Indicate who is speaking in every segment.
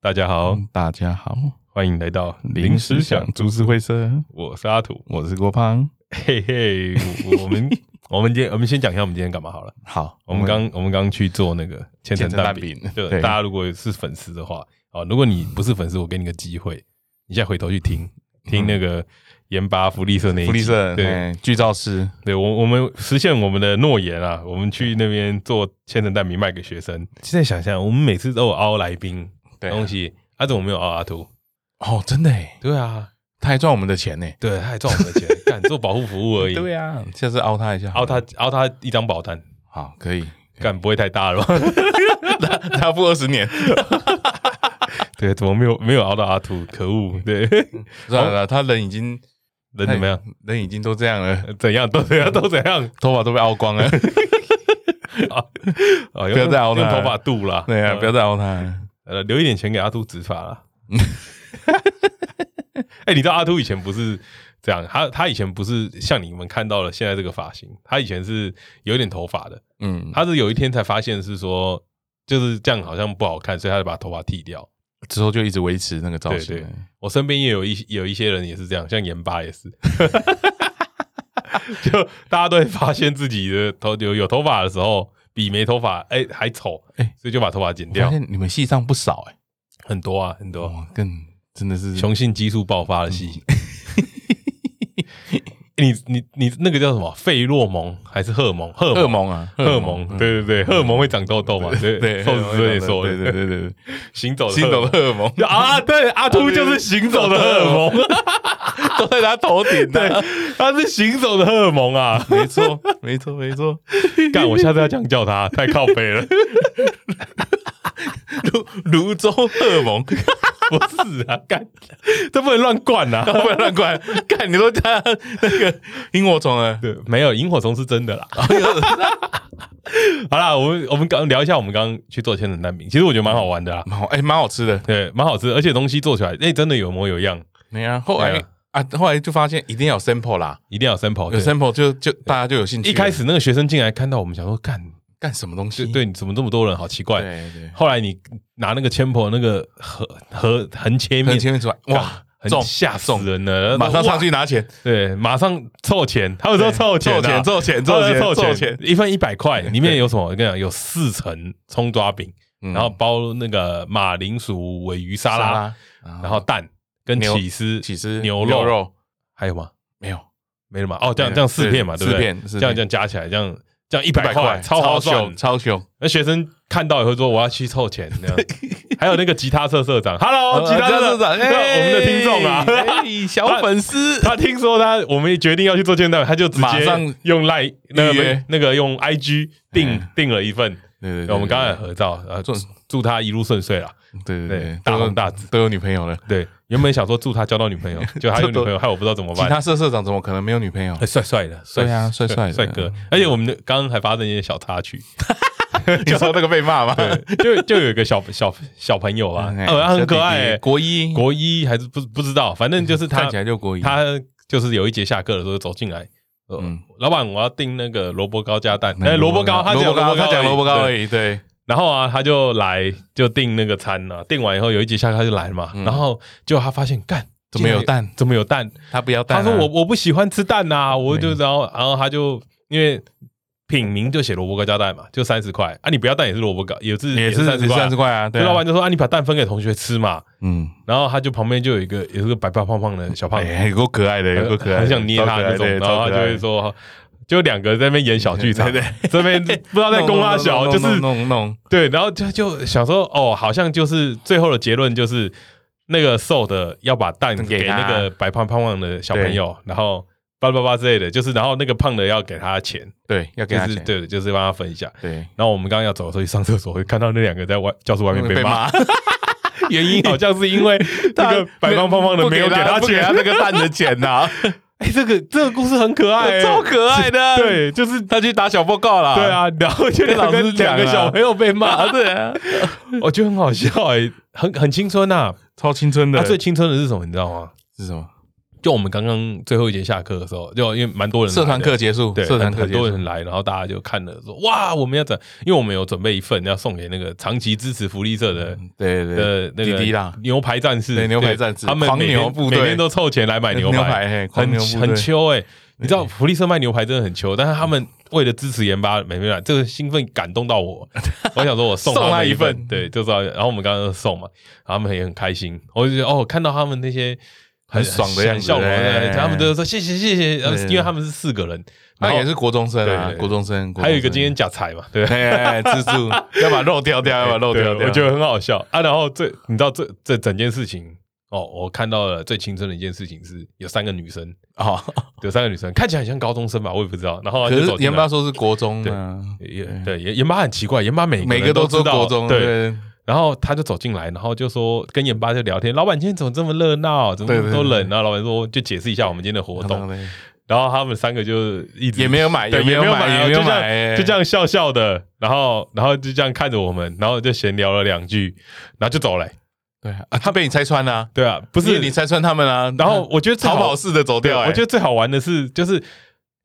Speaker 1: 大家好，
Speaker 2: 大家好，
Speaker 1: 欢迎来到
Speaker 2: 嗯临时想株式会社，
Speaker 1: 我是阿土，
Speaker 2: 我是郭胖。
Speaker 1: 嘿嘿，我我 们我们今天我们先讲一下我们今天干嘛好了。
Speaker 2: 好，
Speaker 1: 我们刚我们刚去做那个千层
Speaker 2: 嗯千层
Speaker 1: 蛋
Speaker 2: 蛋
Speaker 1: 饼
Speaker 2: 饼，
Speaker 1: 就
Speaker 2: 对
Speaker 1: 大家如果是粉丝的话，哦，如果你不是粉丝，我给你个机会，你现在回头去听听那个盐巴福利社那一集
Speaker 2: 嗯福利社哎
Speaker 1: 对
Speaker 2: 对剧照师，
Speaker 1: 对，我我们实现我们的诺言啊，我们去那边做千层蛋饼卖给学生。现在想想，我们每次都有凹来宾
Speaker 2: 对啊
Speaker 1: 东西，阿、怎么没有凹阿图？
Speaker 2: 哦，真的耶，
Speaker 1: 对啊，
Speaker 2: 他还赚我们的钱呢。
Speaker 1: 对，他还赚我们的钱， 干做保护服务而已。
Speaker 2: 对啊呀，下次凹他一下，
Speaker 1: 凹他凹他一张保单，
Speaker 2: 好，可以，
Speaker 1: 干不会太大了吧？
Speaker 2: 他 他付二十年，
Speaker 1: 对，怎么没有没有凹到阿图？可恶！对，
Speaker 2: 算了啦，他人已经
Speaker 1: 人怎么样？？
Speaker 2: 人已经都这样了，
Speaker 1: 怎样都怎样都怎样
Speaker 2: 头发都被凹 光了。
Speaker 1: 啊！不
Speaker 2: 不要再凹他
Speaker 1: 用头发度啦。
Speaker 2: 对啊，
Speaker 1: 呃
Speaker 2: 不要再凹他了。
Speaker 1: 呃，留一点钱给阿秃植发啦。 哎、你知道阿秃以前不是这样，他他以前不是像你们看到了现在这个发型，他以前是有一点头发的，
Speaker 2: 嗯，
Speaker 1: 他是有一天才发现是说就是这样好像不好看，所以他就把头发剃掉。
Speaker 2: 之后就一直维持那个造型
Speaker 1: 对对。我身边也有一有一些人也是这样，像盐巴也是， 就大家都会发现自己的头有有头发的时候比没头发哎、还丑，
Speaker 2: 哎
Speaker 1: 所以就把头发剪
Speaker 2: 我发
Speaker 1: 掉，
Speaker 2: 现你们戏上不少哎，
Speaker 1: 很多啊很多。
Speaker 2: 哇，更真的是
Speaker 1: 雄性激素爆发的戏。你你你那个叫什么？费洛蒙还是荷尔蒙？荷
Speaker 2: 荷
Speaker 1: 尔
Speaker 2: 尔
Speaker 1: 蒙，
Speaker 2: 蒙啊，
Speaker 1: 荷尔蒙，
Speaker 2: 嗯
Speaker 1: 对对对，荷尔蒙会长痘痘嘛？对
Speaker 2: 对，
Speaker 1: 瘦子之类说
Speaker 2: 说，对对
Speaker 1: 的，
Speaker 2: 对对对，
Speaker 1: 行走的
Speaker 2: 新
Speaker 1: 荷尔
Speaker 2: 手的
Speaker 1: 蒙
Speaker 2: 荷尔蒙
Speaker 1: 啊，对，阿秃就是行走的荷尔蒙，
Speaker 2: 都在他头顶
Speaker 1: 对
Speaker 2: 的，，
Speaker 1: 他是行走的荷尔蒙 啊！
Speaker 2: 没错，没错，没错。
Speaker 1: 干，我下次要这样叫他， 太靠背了，
Speaker 2: 泸泸州荷 尔蒙，
Speaker 1: 不是啊，干，这不能乱灌啊！
Speaker 2: 不要乱管，看你都加那个萤火虫了。
Speaker 1: 对，没有萤火虫是真的啦。 好啦，我们我们刚聊一下，我们刚刚去做千层蛋饼，其实我觉得蛮好玩的啦，
Speaker 2: 蛮好，哎，蛮好吃的。
Speaker 1: 对，蛮好吃，而且东西做起来，哎、真的有模有样，
Speaker 2: 对啊，后来
Speaker 1: 对
Speaker 2: 啊，后来就发现一定要有 sample 啦，
Speaker 1: 一定要有 sample
Speaker 2: 有
Speaker 1: 对。
Speaker 2: sample 就就大家就有兴趣了。
Speaker 1: 一开始那个学生进来看到我们，想说干，
Speaker 2: 干什么东
Speaker 1: 对
Speaker 2: 西？
Speaker 1: 对，你怎么这么多人，好奇怪。
Speaker 2: 对对，
Speaker 1: 后来你拿那个 temple 那个横横横切面
Speaker 2: 从，前面出来，
Speaker 1: 干
Speaker 2: 哇，
Speaker 1: 很
Speaker 2: 中
Speaker 1: 吓死
Speaker 2: 中，
Speaker 1: 人了，
Speaker 2: 马上上
Speaker 1: 哇，
Speaker 2: 去拿 钱，
Speaker 1: 对，马上凑钱，他们说凑钱啊、
Speaker 2: 凑钱，凑钱，
Speaker 1: 凑钱凑
Speaker 2: 凑钱，凑
Speaker 1: 钱
Speaker 2: 钱，，
Speaker 1: 一份一百块，里面有什么？我跟你讲，有四层葱抓饼，
Speaker 2: 嗯
Speaker 1: 然后包那个马铃薯尾鱼沙拉，，然后蛋跟
Speaker 2: 牛
Speaker 1: 起司、
Speaker 2: 起司
Speaker 1: 牛
Speaker 2: 肉
Speaker 1: 肉，
Speaker 2: 肉
Speaker 1: 还有吗？
Speaker 2: 没有，
Speaker 1: 没了吗？哦，这样
Speaker 2: 没了
Speaker 1: 这样四片嘛，对
Speaker 2: 对
Speaker 1: 不对？
Speaker 2: 四片四片
Speaker 1: 这样这样加起来，这样这样一
Speaker 2: 一
Speaker 1: 百块，超划算
Speaker 2: 凶，。超凶。
Speaker 1: 那学生看到也会说我要去凑钱，这 样。还有那个吉他社社长，Hello，吉哦他
Speaker 2: 呃
Speaker 1: 社
Speaker 2: 长，
Speaker 1: 对 我们的听众啊。
Speaker 2: 哎，小粉 丝，
Speaker 1: 他听说他我们决定要去做签到，他就直
Speaker 2: 马
Speaker 1: 接
Speaker 2: 上
Speaker 1: 用赖那
Speaker 2: 预
Speaker 1: 个
Speaker 2: 约
Speaker 1: 那个用 IG 订订了一份，
Speaker 2: 对对
Speaker 1: 对我们刚才有合照，呃，祝祝他一路顺遂啦。
Speaker 2: 对
Speaker 1: 对
Speaker 2: 对对，
Speaker 1: 大
Speaker 2: 都有
Speaker 1: 红大紫
Speaker 2: 都有女朋友了。
Speaker 1: 对，原本想说祝他交到女朋友， 就他有女朋友，害我不知道怎么
Speaker 2: 其
Speaker 1: 办。
Speaker 2: 他社社长怎么可能没有女朋友
Speaker 1: 哎，？帅帅的，帅
Speaker 2: 对啊帅帅的
Speaker 1: 帅哥，而且我们的刚刚还发生一些小插曲，
Speaker 2: 你说那个被骂吗？
Speaker 1: 对， 就就有一个小小小朋友啊，
Speaker 2: 嗯
Speaker 1: 哦，他很可爱
Speaker 2: 小弟
Speaker 1: 欸
Speaker 2: 弟，国一
Speaker 1: 国一还是不不知道，反正就是他
Speaker 2: 嗯看起来就国一，
Speaker 1: 他就是有一节下课的时候走进来，嗯
Speaker 2: 嗯，
Speaker 1: 老板，我要订那个萝卜糕加蛋，
Speaker 2: 那
Speaker 1: 哎，
Speaker 2: 个
Speaker 1: 萝卜糕，他
Speaker 2: 嗯萝
Speaker 1: 讲
Speaker 2: 卜糕，他讲萝卜糕
Speaker 1: 而已
Speaker 2: 而已。对，
Speaker 1: 然后啊，他就来就订那个餐了、订完以后有一节下课他就来了嘛，
Speaker 2: 嗯
Speaker 1: 然后就他发现干
Speaker 2: 怎么有
Speaker 1: 竟然
Speaker 2: 蛋
Speaker 1: 怎么有蛋？
Speaker 2: 他不要蛋
Speaker 1: 他
Speaker 2: 啊。嗯
Speaker 1: 说我我不喜欢吃蛋呐、我就然后然后他就因为品名就写萝卜糕加蛋嘛，就三十块啊，你不要蛋也是萝卜糕，也是
Speaker 2: 也
Speaker 1: 是
Speaker 2: 是
Speaker 1: 三十块啊
Speaker 2: 三十，块啊，
Speaker 1: 所
Speaker 2: 对
Speaker 1: 以
Speaker 2: 啊，
Speaker 1: 老板就说啊，你把蛋分给同学吃嘛。
Speaker 2: 嗯，
Speaker 1: 然后他就旁边就有一个也是个白白胖胖的小胖子，
Speaker 2: 哎，有够可爱的，有够可爱的，
Speaker 1: 呃很想捏他
Speaker 2: 超可
Speaker 1: 那
Speaker 2: 爱
Speaker 1: 种，
Speaker 2: 对
Speaker 1: 然后
Speaker 2: 超
Speaker 1: 他
Speaker 2: 可
Speaker 1: 就
Speaker 2: 爱
Speaker 1: 会说，就两个在那边演小剧场，
Speaker 2: 对
Speaker 1: 这 边不知道在公阿小，就
Speaker 2: 弄
Speaker 1: 是
Speaker 2: 弄弄弄弄，
Speaker 1: 对，然后就就想说，哦，好像就是最后的结论就是那个瘦的要把蛋
Speaker 2: 给
Speaker 1: 给
Speaker 2: 他
Speaker 1: 那个白胖胖胖的小朋友，然后叭叭叭之类的，就是然后那个胖的要给他钱，
Speaker 2: 对，要给
Speaker 1: 就
Speaker 2: 他
Speaker 1: 是
Speaker 2: 钱，
Speaker 1: 对，就是帮他分一下。
Speaker 2: 对，
Speaker 1: 然后我们刚刚要走的时候去上厕所，会看到那两个在外教室外
Speaker 2: 嗯
Speaker 1: 面被骂，， 原因好像是因 为那个白胖胖胖的没有给他
Speaker 2: 不给
Speaker 1: 钱
Speaker 2: 他。那个蛋的钱呐，
Speaker 1: 哎，这个这个故事很可爱，欸
Speaker 2: 超可爱的。，
Speaker 1: 哎对，就是
Speaker 2: 他去打小报告啦。
Speaker 1: 对，啊，然后就
Speaker 2: 跟
Speaker 1: 两
Speaker 2: 老
Speaker 1: 个
Speaker 2: 师
Speaker 1: 两
Speaker 2: 讲
Speaker 1: 个
Speaker 2: 啊
Speaker 1: 小朋友被骂
Speaker 2: 啊，，对啊，
Speaker 1: 我觉得很好笑哎、很很青春呐、啊
Speaker 2: 超青春
Speaker 1: 他、
Speaker 2: 的。
Speaker 1: 最青春的是什么，你知道吗？
Speaker 2: 是什么？
Speaker 1: 就我们刚刚最后一节下课的时候，就因为蛮多人来的
Speaker 2: 社团课结束，
Speaker 1: 对，
Speaker 2: 社团
Speaker 1: 很
Speaker 2: 课
Speaker 1: 很
Speaker 2: 结
Speaker 1: 多
Speaker 2: 束，
Speaker 1: 人来，然后大家就看了说哇，我们要整，因为我们有准备一份要送给那个长期支持福利社的。
Speaker 2: 对对对，
Speaker 1: 的那个
Speaker 2: 滴滴啦
Speaker 1: 牛排战士，
Speaker 2: 对牛排战士
Speaker 1: 他们
Speaker 2: 狂
Speaker 1: 每
Speaker 2: 牛
Speaker 1: 天
Speaker 2: 部
Speaker 1: 每
Speaker 2: 队
Speaker 1: 天都凑钱来买牛
Speaker 2: 牛排嘿狂牛部
Speaker 1: 很很
Speaker 2: 队
Speaker 1: 秋哎、你知道福利社卖牛排真的很秋，但是他们为了支持研发，每天来，这个兴奋感动到 我，我想说我送
Speaker 2: 送
Speaker 1: 他
Speaker 2: 他
Speaker 1: 们
Speaker 2: 一
Speaker 1: 一
Speaker 2: 份
Speaker 1: 份，对，就知道。然后我们刚刚就送嘛，然后他们也很开心，我就觉得哦，看到他们那些。
Speaker 2: 很爽的样子
Speaker 1: 笑容，对
Speaker 2: 哎
Speaker 1: 他们都说谢谢谢谢，呃
Speaker 2: 对
Speaker 1: 因为他们是四个人，然
Speaker 2: 那
Speaker 1: 后
Speaker 2: 也是国中生
Speaker 1: 对
Speaker 2: 啊
Speaker 1: 对，对
Speaker 2: 国中生，国中生
Speaker 1: 还有一个今天假财嘛，对，
Speaker 2: 哎哎哎哎自助 要把肉掉掉，要把肉
Speaker 1: 对，
Speaker 2: 掉掉，
Speaker 1: 我觉得很好笑啊。然后这你知道这这整件事情哦，我看到了最青春的一件事情是有三个女生，
Speaker 2: 哦，
Speaker 1: 有三个女生看起来很像高中生吧，我也不知道。然后
Speaker 2: 可
Speaker 1: 就是走进
Speaker 2: 研
Speaker 1: 来
Speaker 2: 发说是国中啊，
Speaker 1: 也对研研巴很奇怪，研巴每
Speaker 2: 每
Speaker 1: 个人
Speaker 2: 个
Speaker 1: 都
Speaker 2: 都
Speaker 1: 知
Speaker 2: 做
Speaker 1: 道
Speaker 2: 国中，
Speaker 1: 对。
Speaker 2: 对
Speaker 1: 然后他就走进来，然后就说跟研巴就聊天，老板今天怎么这么热闹，怎么
Speaker 2: 对
Speaker 1: 那么多
Speaker 2: 对对
Speaker 1: 人？然后啊老板说就解释一下我们今天的活动。
Speaker 2: 对
Speaker 1: 然后他们三个就一直
Speaker 2: 也没有买
Speaker 1: 对
Speaker 2: 也没
Speaker 1: 也
Speaker 2: 有
Speaker 1: 没有
Speaker 2: 买
Speaker 1: 买啊，
Speaker 2: 也没有
Speaker 1: 就这样
Speaker 2: 买哎
Speaker 1: 就这样笑笑的，然后然后就这样看着我们，然后就闲聊了两句，然后就走了欸、
Speaker 2: 对啊，他被你拆穿了，
Speaker 1: 对啊，不
Speaker 2: 不
Speaker 1: 是
Speaker 2: 你，拆穿他们啊，
Speaker 1: 然后我觉得最
Speaker 2: 逃
Speaker 1: 好
Speaker 2: 跑式的走
Speaker 1: 对，
Speaker 2: 掉，
Speaker 1: 我
Speaker 2: 哎
Speaker 1: 觉得最好玩的是，就是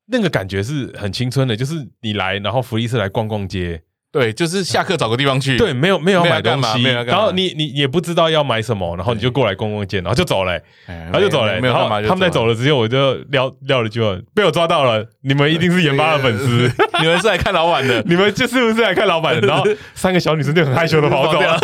Speaker 1: 那个感觉是很青春的，就是你来，然后福利社来逛逛街，
Speaker 2: 对，就是下课找个地方去，
Speaker 1: 对，没有没有要
Speaker 2: 嗯没有
Speaker 1: 买
Speaker 2: 要干
Speaker 1: 东
Speaker 2: 嘛
Speaker 1: 西，
Speaker 2: 没有要干
Speaker 1: 然
Speaker 2: 嘛
Speaker 1: 后你你也不知道要买什么，然后你就过来逛逛街，然后就走了欸，
Speaker 2: 哎，
Speaker 1: 然后就走了欸，
Speaker 2: 没有
Speaker 1: 然
Speaker 2: 干
Speaker 1: 后
Speaker 2: 嘛，
Speaker 1: 他们在走
Speaker 2: 了，
Speaker 1: 了之后，我就撂撂了一句话，被我抓到了，你们一定是研发的粉丝。，
Speaker 2: 你们是来看老板的
Speaker 1: 你们就是不是来看老板的？然后三个小女生就很害羞的跑 走了。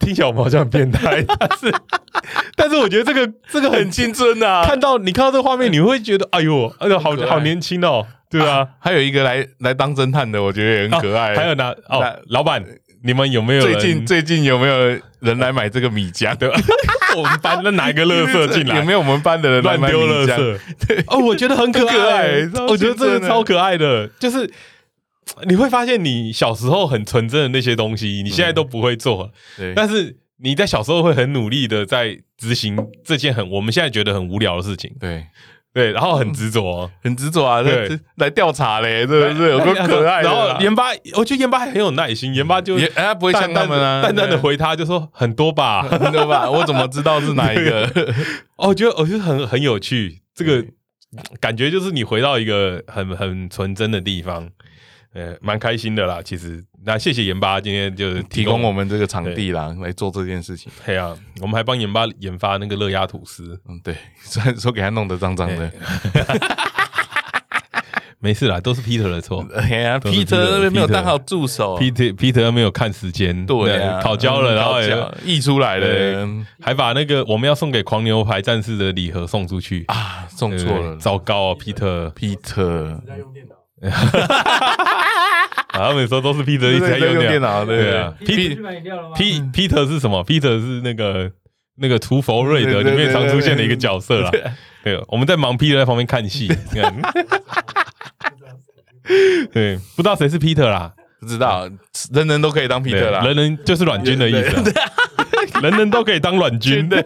Speaker 1: 听起来我们好像很变态，但是 但是我觉得这个这个
Speaker 2: 很
Speaker 1: 很啊
Speaker 2: 青春呐，
Speaker 1: 看到你看到这个画面，你会觉得哎呦，哎呦，好
Speaker 2: 很可爱
Speaker 1: 好年轻哦，对啊，
Speaker 2: 还有一个来来当侦探的，我觉得也啊很 可爱。
Speaker 1: 还有呢，
Speaker 2: 那
Speaker 1: 哦，老板，你们有没有
Speaker 2: 最
Speaker 1: 人
Speaker 2: 近最近有没有人来买这个 米浆？对吧？
Speaker 1: 我们班那拿一个垃圾进
Speaker 2: 有
Speaker 1: 来
Speaker 2: 没？有我们班的人 来
Speaker 1: 乱
Speaker 2: 买米
Speaker 1: 丢
Speaker 2: 浆
Speaker 1: 垃？圾，对哦，我觉得很可爱
Speaker 2: 很可，爱
Speaker 1: 我觉得这
Speaker 2: 超青
Speaker 1: 个
Speaker 2: 春的
Speaker 1: 超可爱的，就是你会发现你小时候很纯真的那些东西，你现在都不会做，
Speaker 2: 对，
Speaker 1: 但是你在小时候会很努力的在执行这件很我们现在觉得很无聊的事情，
Speaker 2: 对，
Speaker 1: 对，然后很执着，
Speaker 2: 很执着啊，
Speaker 1: 对哎
Speaker 2: 这这来调查嘞，这这有个可爱的
Speaker 1: 然
Speaker 2: 啦。
Speaker 1: 后研发，我觉得研发很有耐心，研发就
Speaker 2: 也哎他不会像
Speaker 1: 淡
Speaker 2: 他
Speaker 1: 淡
Speaker 2: 们啊，
Speaker 1: 的淡淡的回他，就说很多吧。
Speaker 2: 对，对吧？我怎么知道是哪一个？
Speaker 1: 哦，我觉得我觉得很很有趣，这个感觉就是你回到一个很很纯真的地方。呃，蛮开心的啦，其实那谢谢研发今天就是
Speaker 2: 提供我
Speaker 1: 我，
Speaker 2: 们这个场地啦，来做这件事情。
Speaker 1: 嘿啊，我们还帮研发研发那个热压吐司，
Speaker 2: 嗯，对， 虽然说给他弄得脏脏的，
Speaker 1: 没事啦，都是 Peter 的错。
Speaker 2: 哎呀
Speaker 1: 都是
Speaker 2: ，Peter 那边没有
Speaker 1: Peter
Speaker 2: 当好助手
Speaker 1: Peter Peter 没有看时间，
Speaker 2: 哦对啊，
Speaker 1: 烤焦了，
Speaker 2: 嗯
Speaker 1: 然后
Speaker 2: 烤
Speaker 1: 也
Speaker 2: 焦溢出来
Speaker 1: 对
Speaker 2: 了
Speaker 1: 还把那个我们要送给狂牛排战士的礼盒送出去，
Speaker 2: 啊，送
Speaker 1: 对
Speaker 2: 错了
Speaker 1: 糟糕哦，Peter，
Speaker 2: ，Peter。
Speaker 1: 啊他们说都是 Peter 一直在
Speaker 2: 在
Speaker 1: 用
Speaker 2: 用电
Speaker 1: 脑，
Speaker 2: 脑，嗯
Speaker 1: 对
Speaker 2: 对
Speaker 1: 啊
Speaker 2: 啊。
Speaker 1: P
Speaker 3: 去买饮料了吗？
Speaker 1: P Peter 是什么？Peter 是那个那个厨佛瑞德里面常出现的一个角色啦。对，我们在忙 Peter 在旁边看 戏，你看对，不知道谁是 Peter 啦，
Speaker 2: 不知道，人人都可以当
Speaker 1: 对
Speaker 2: Peter 啦。
Speaker 1: 人人就是软军的意思啊，人人都可以当软军的。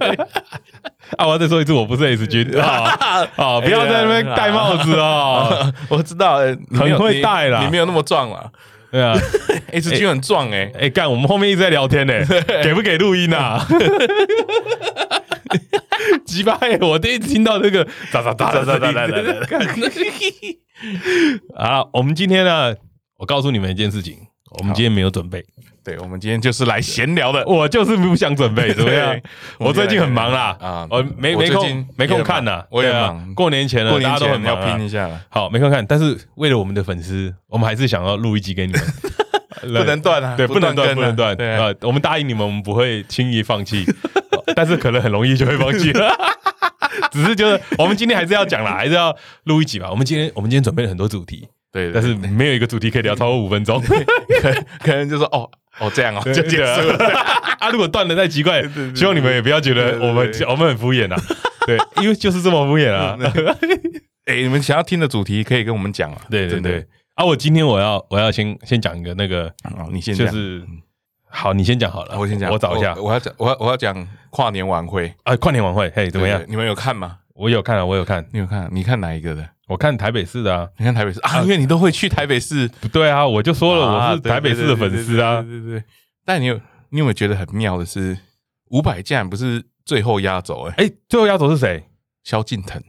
Speaker 1: 啊，我要再说一次，我不是 S 军
Speaker 2: 哎
Speaker 1: 啊啊！不要在那边戴帽子 啊！
Speaker 2: 我知道，呃你没有
Speaker 1: 很会
Speaker 2: 你
Speaker 1: 带啦
Speaker 2: 你没有那么壮啦。
Speaker 1: 对啊，
Speaker 2: H 君很壮哎，
Speaker 1: 哎，干，我们后面一直在聊天 呢，给不给录音啊？ 鸡巴欸！我第一次听到这 个喳喳喳喳喳喳喳喳啊！我们今天呢，我告诉你们一件事情，我们今天没有准备，
Speaker 2: 对，我们今天就是来闲聊 的。
Speaker 1: 我就是不想准备，怎么样
Speaker 2: 对？
Speaker 1: 我最近很忙啦，
Speaker 2: 啊
Speaker 1: 我没
Speaker 2: 我
Speaker 1: 没
Speaker 2: 最近
Speaker 1: 空没空
Speaker 2: 也很
Speaker 1: 看
Speaker 2: 忙
Speaker 1: 呐，
Speaker 2: 我也
Speaker 1: 对啊
Speaker 2: 忙
Speaker 1: 过年前了，
Speaker 2: 过年
Speaker 1: 大家都很忙
Speaker 2: 前要
Speaker 1: 啊
Speaker 2: 拼一下了，
Speaker 1: 好，没空看，但是为了我们的粉丝，我们还是想要录一集 给你们，
Speaker 2: 不能断啊，
Speaker 1: 对，不能断，
Speaker 2: 更啊
Speaker 1: 不能断。
Speaker 2: 对啊，
Speaker 1: 呃，我们答应你们，我们不会轻易放弃， 哦但是可能很容易就会放弃 了。只是就是，我们今天还是要讲啦，还是要录一集吧。我们今天我们今天准备了很多主题，
Speaker 2: 对，
Speaker 1: 但是没有一个主题可以聊超过五分钟。
Speaker 2: 可 可能就说哦哦这样哦就结束了。
Speaker 1: 了。 啊，如果断的太奇怪
Speaker 2: 对，对
Speaker 1: 希望你们也不要觉得我们
Speaker 2: 对对对
Speaker 1: 我们很敷衍啊。对，因为就是这么敷衍 啊。
Speaker 2: 哎，你们想要听的主题可以跟我们讲啊。
Speaker 1: 对对
Speaker 2: 真的
Speaker 1: 对，。啊，我今天我要我要先先讲一个那个，
Speaker 2: 哦，你先
Speaker 1: 就
Speaker 2: 讲，
Speaker 1: 是好，你先讲好了，
Speaker 2: 我先讲，
Speaker 1: 我找一下
Speaker 2: 我我要讲，我要我要讲跨年晚会
Speaker 1: 啊，跨年晚会，嘿，怎么样
Speaker 2: 对？对你们有看吗？
Speaker 1: 我有看啊，我有看，
Speaker 2: 你有看？你看哪一个的？
Speaker 1: 我看台北市的啊，
Speaker 2: 你看台北市啊，因为你都会去台北市，
Speaker 1: 不对啊，我就说了
Speaker 2: 啊
Speaker 1: 我是台北市的粉丝啊，
Speaker 2: 对对对对对对对对对对但你有你有没有觉得很妙的是，伍佰竟然不是最后压轴哎，
Speaker 1: 哎，最后压轴是谁？
Speaker 2: 萧敬腾。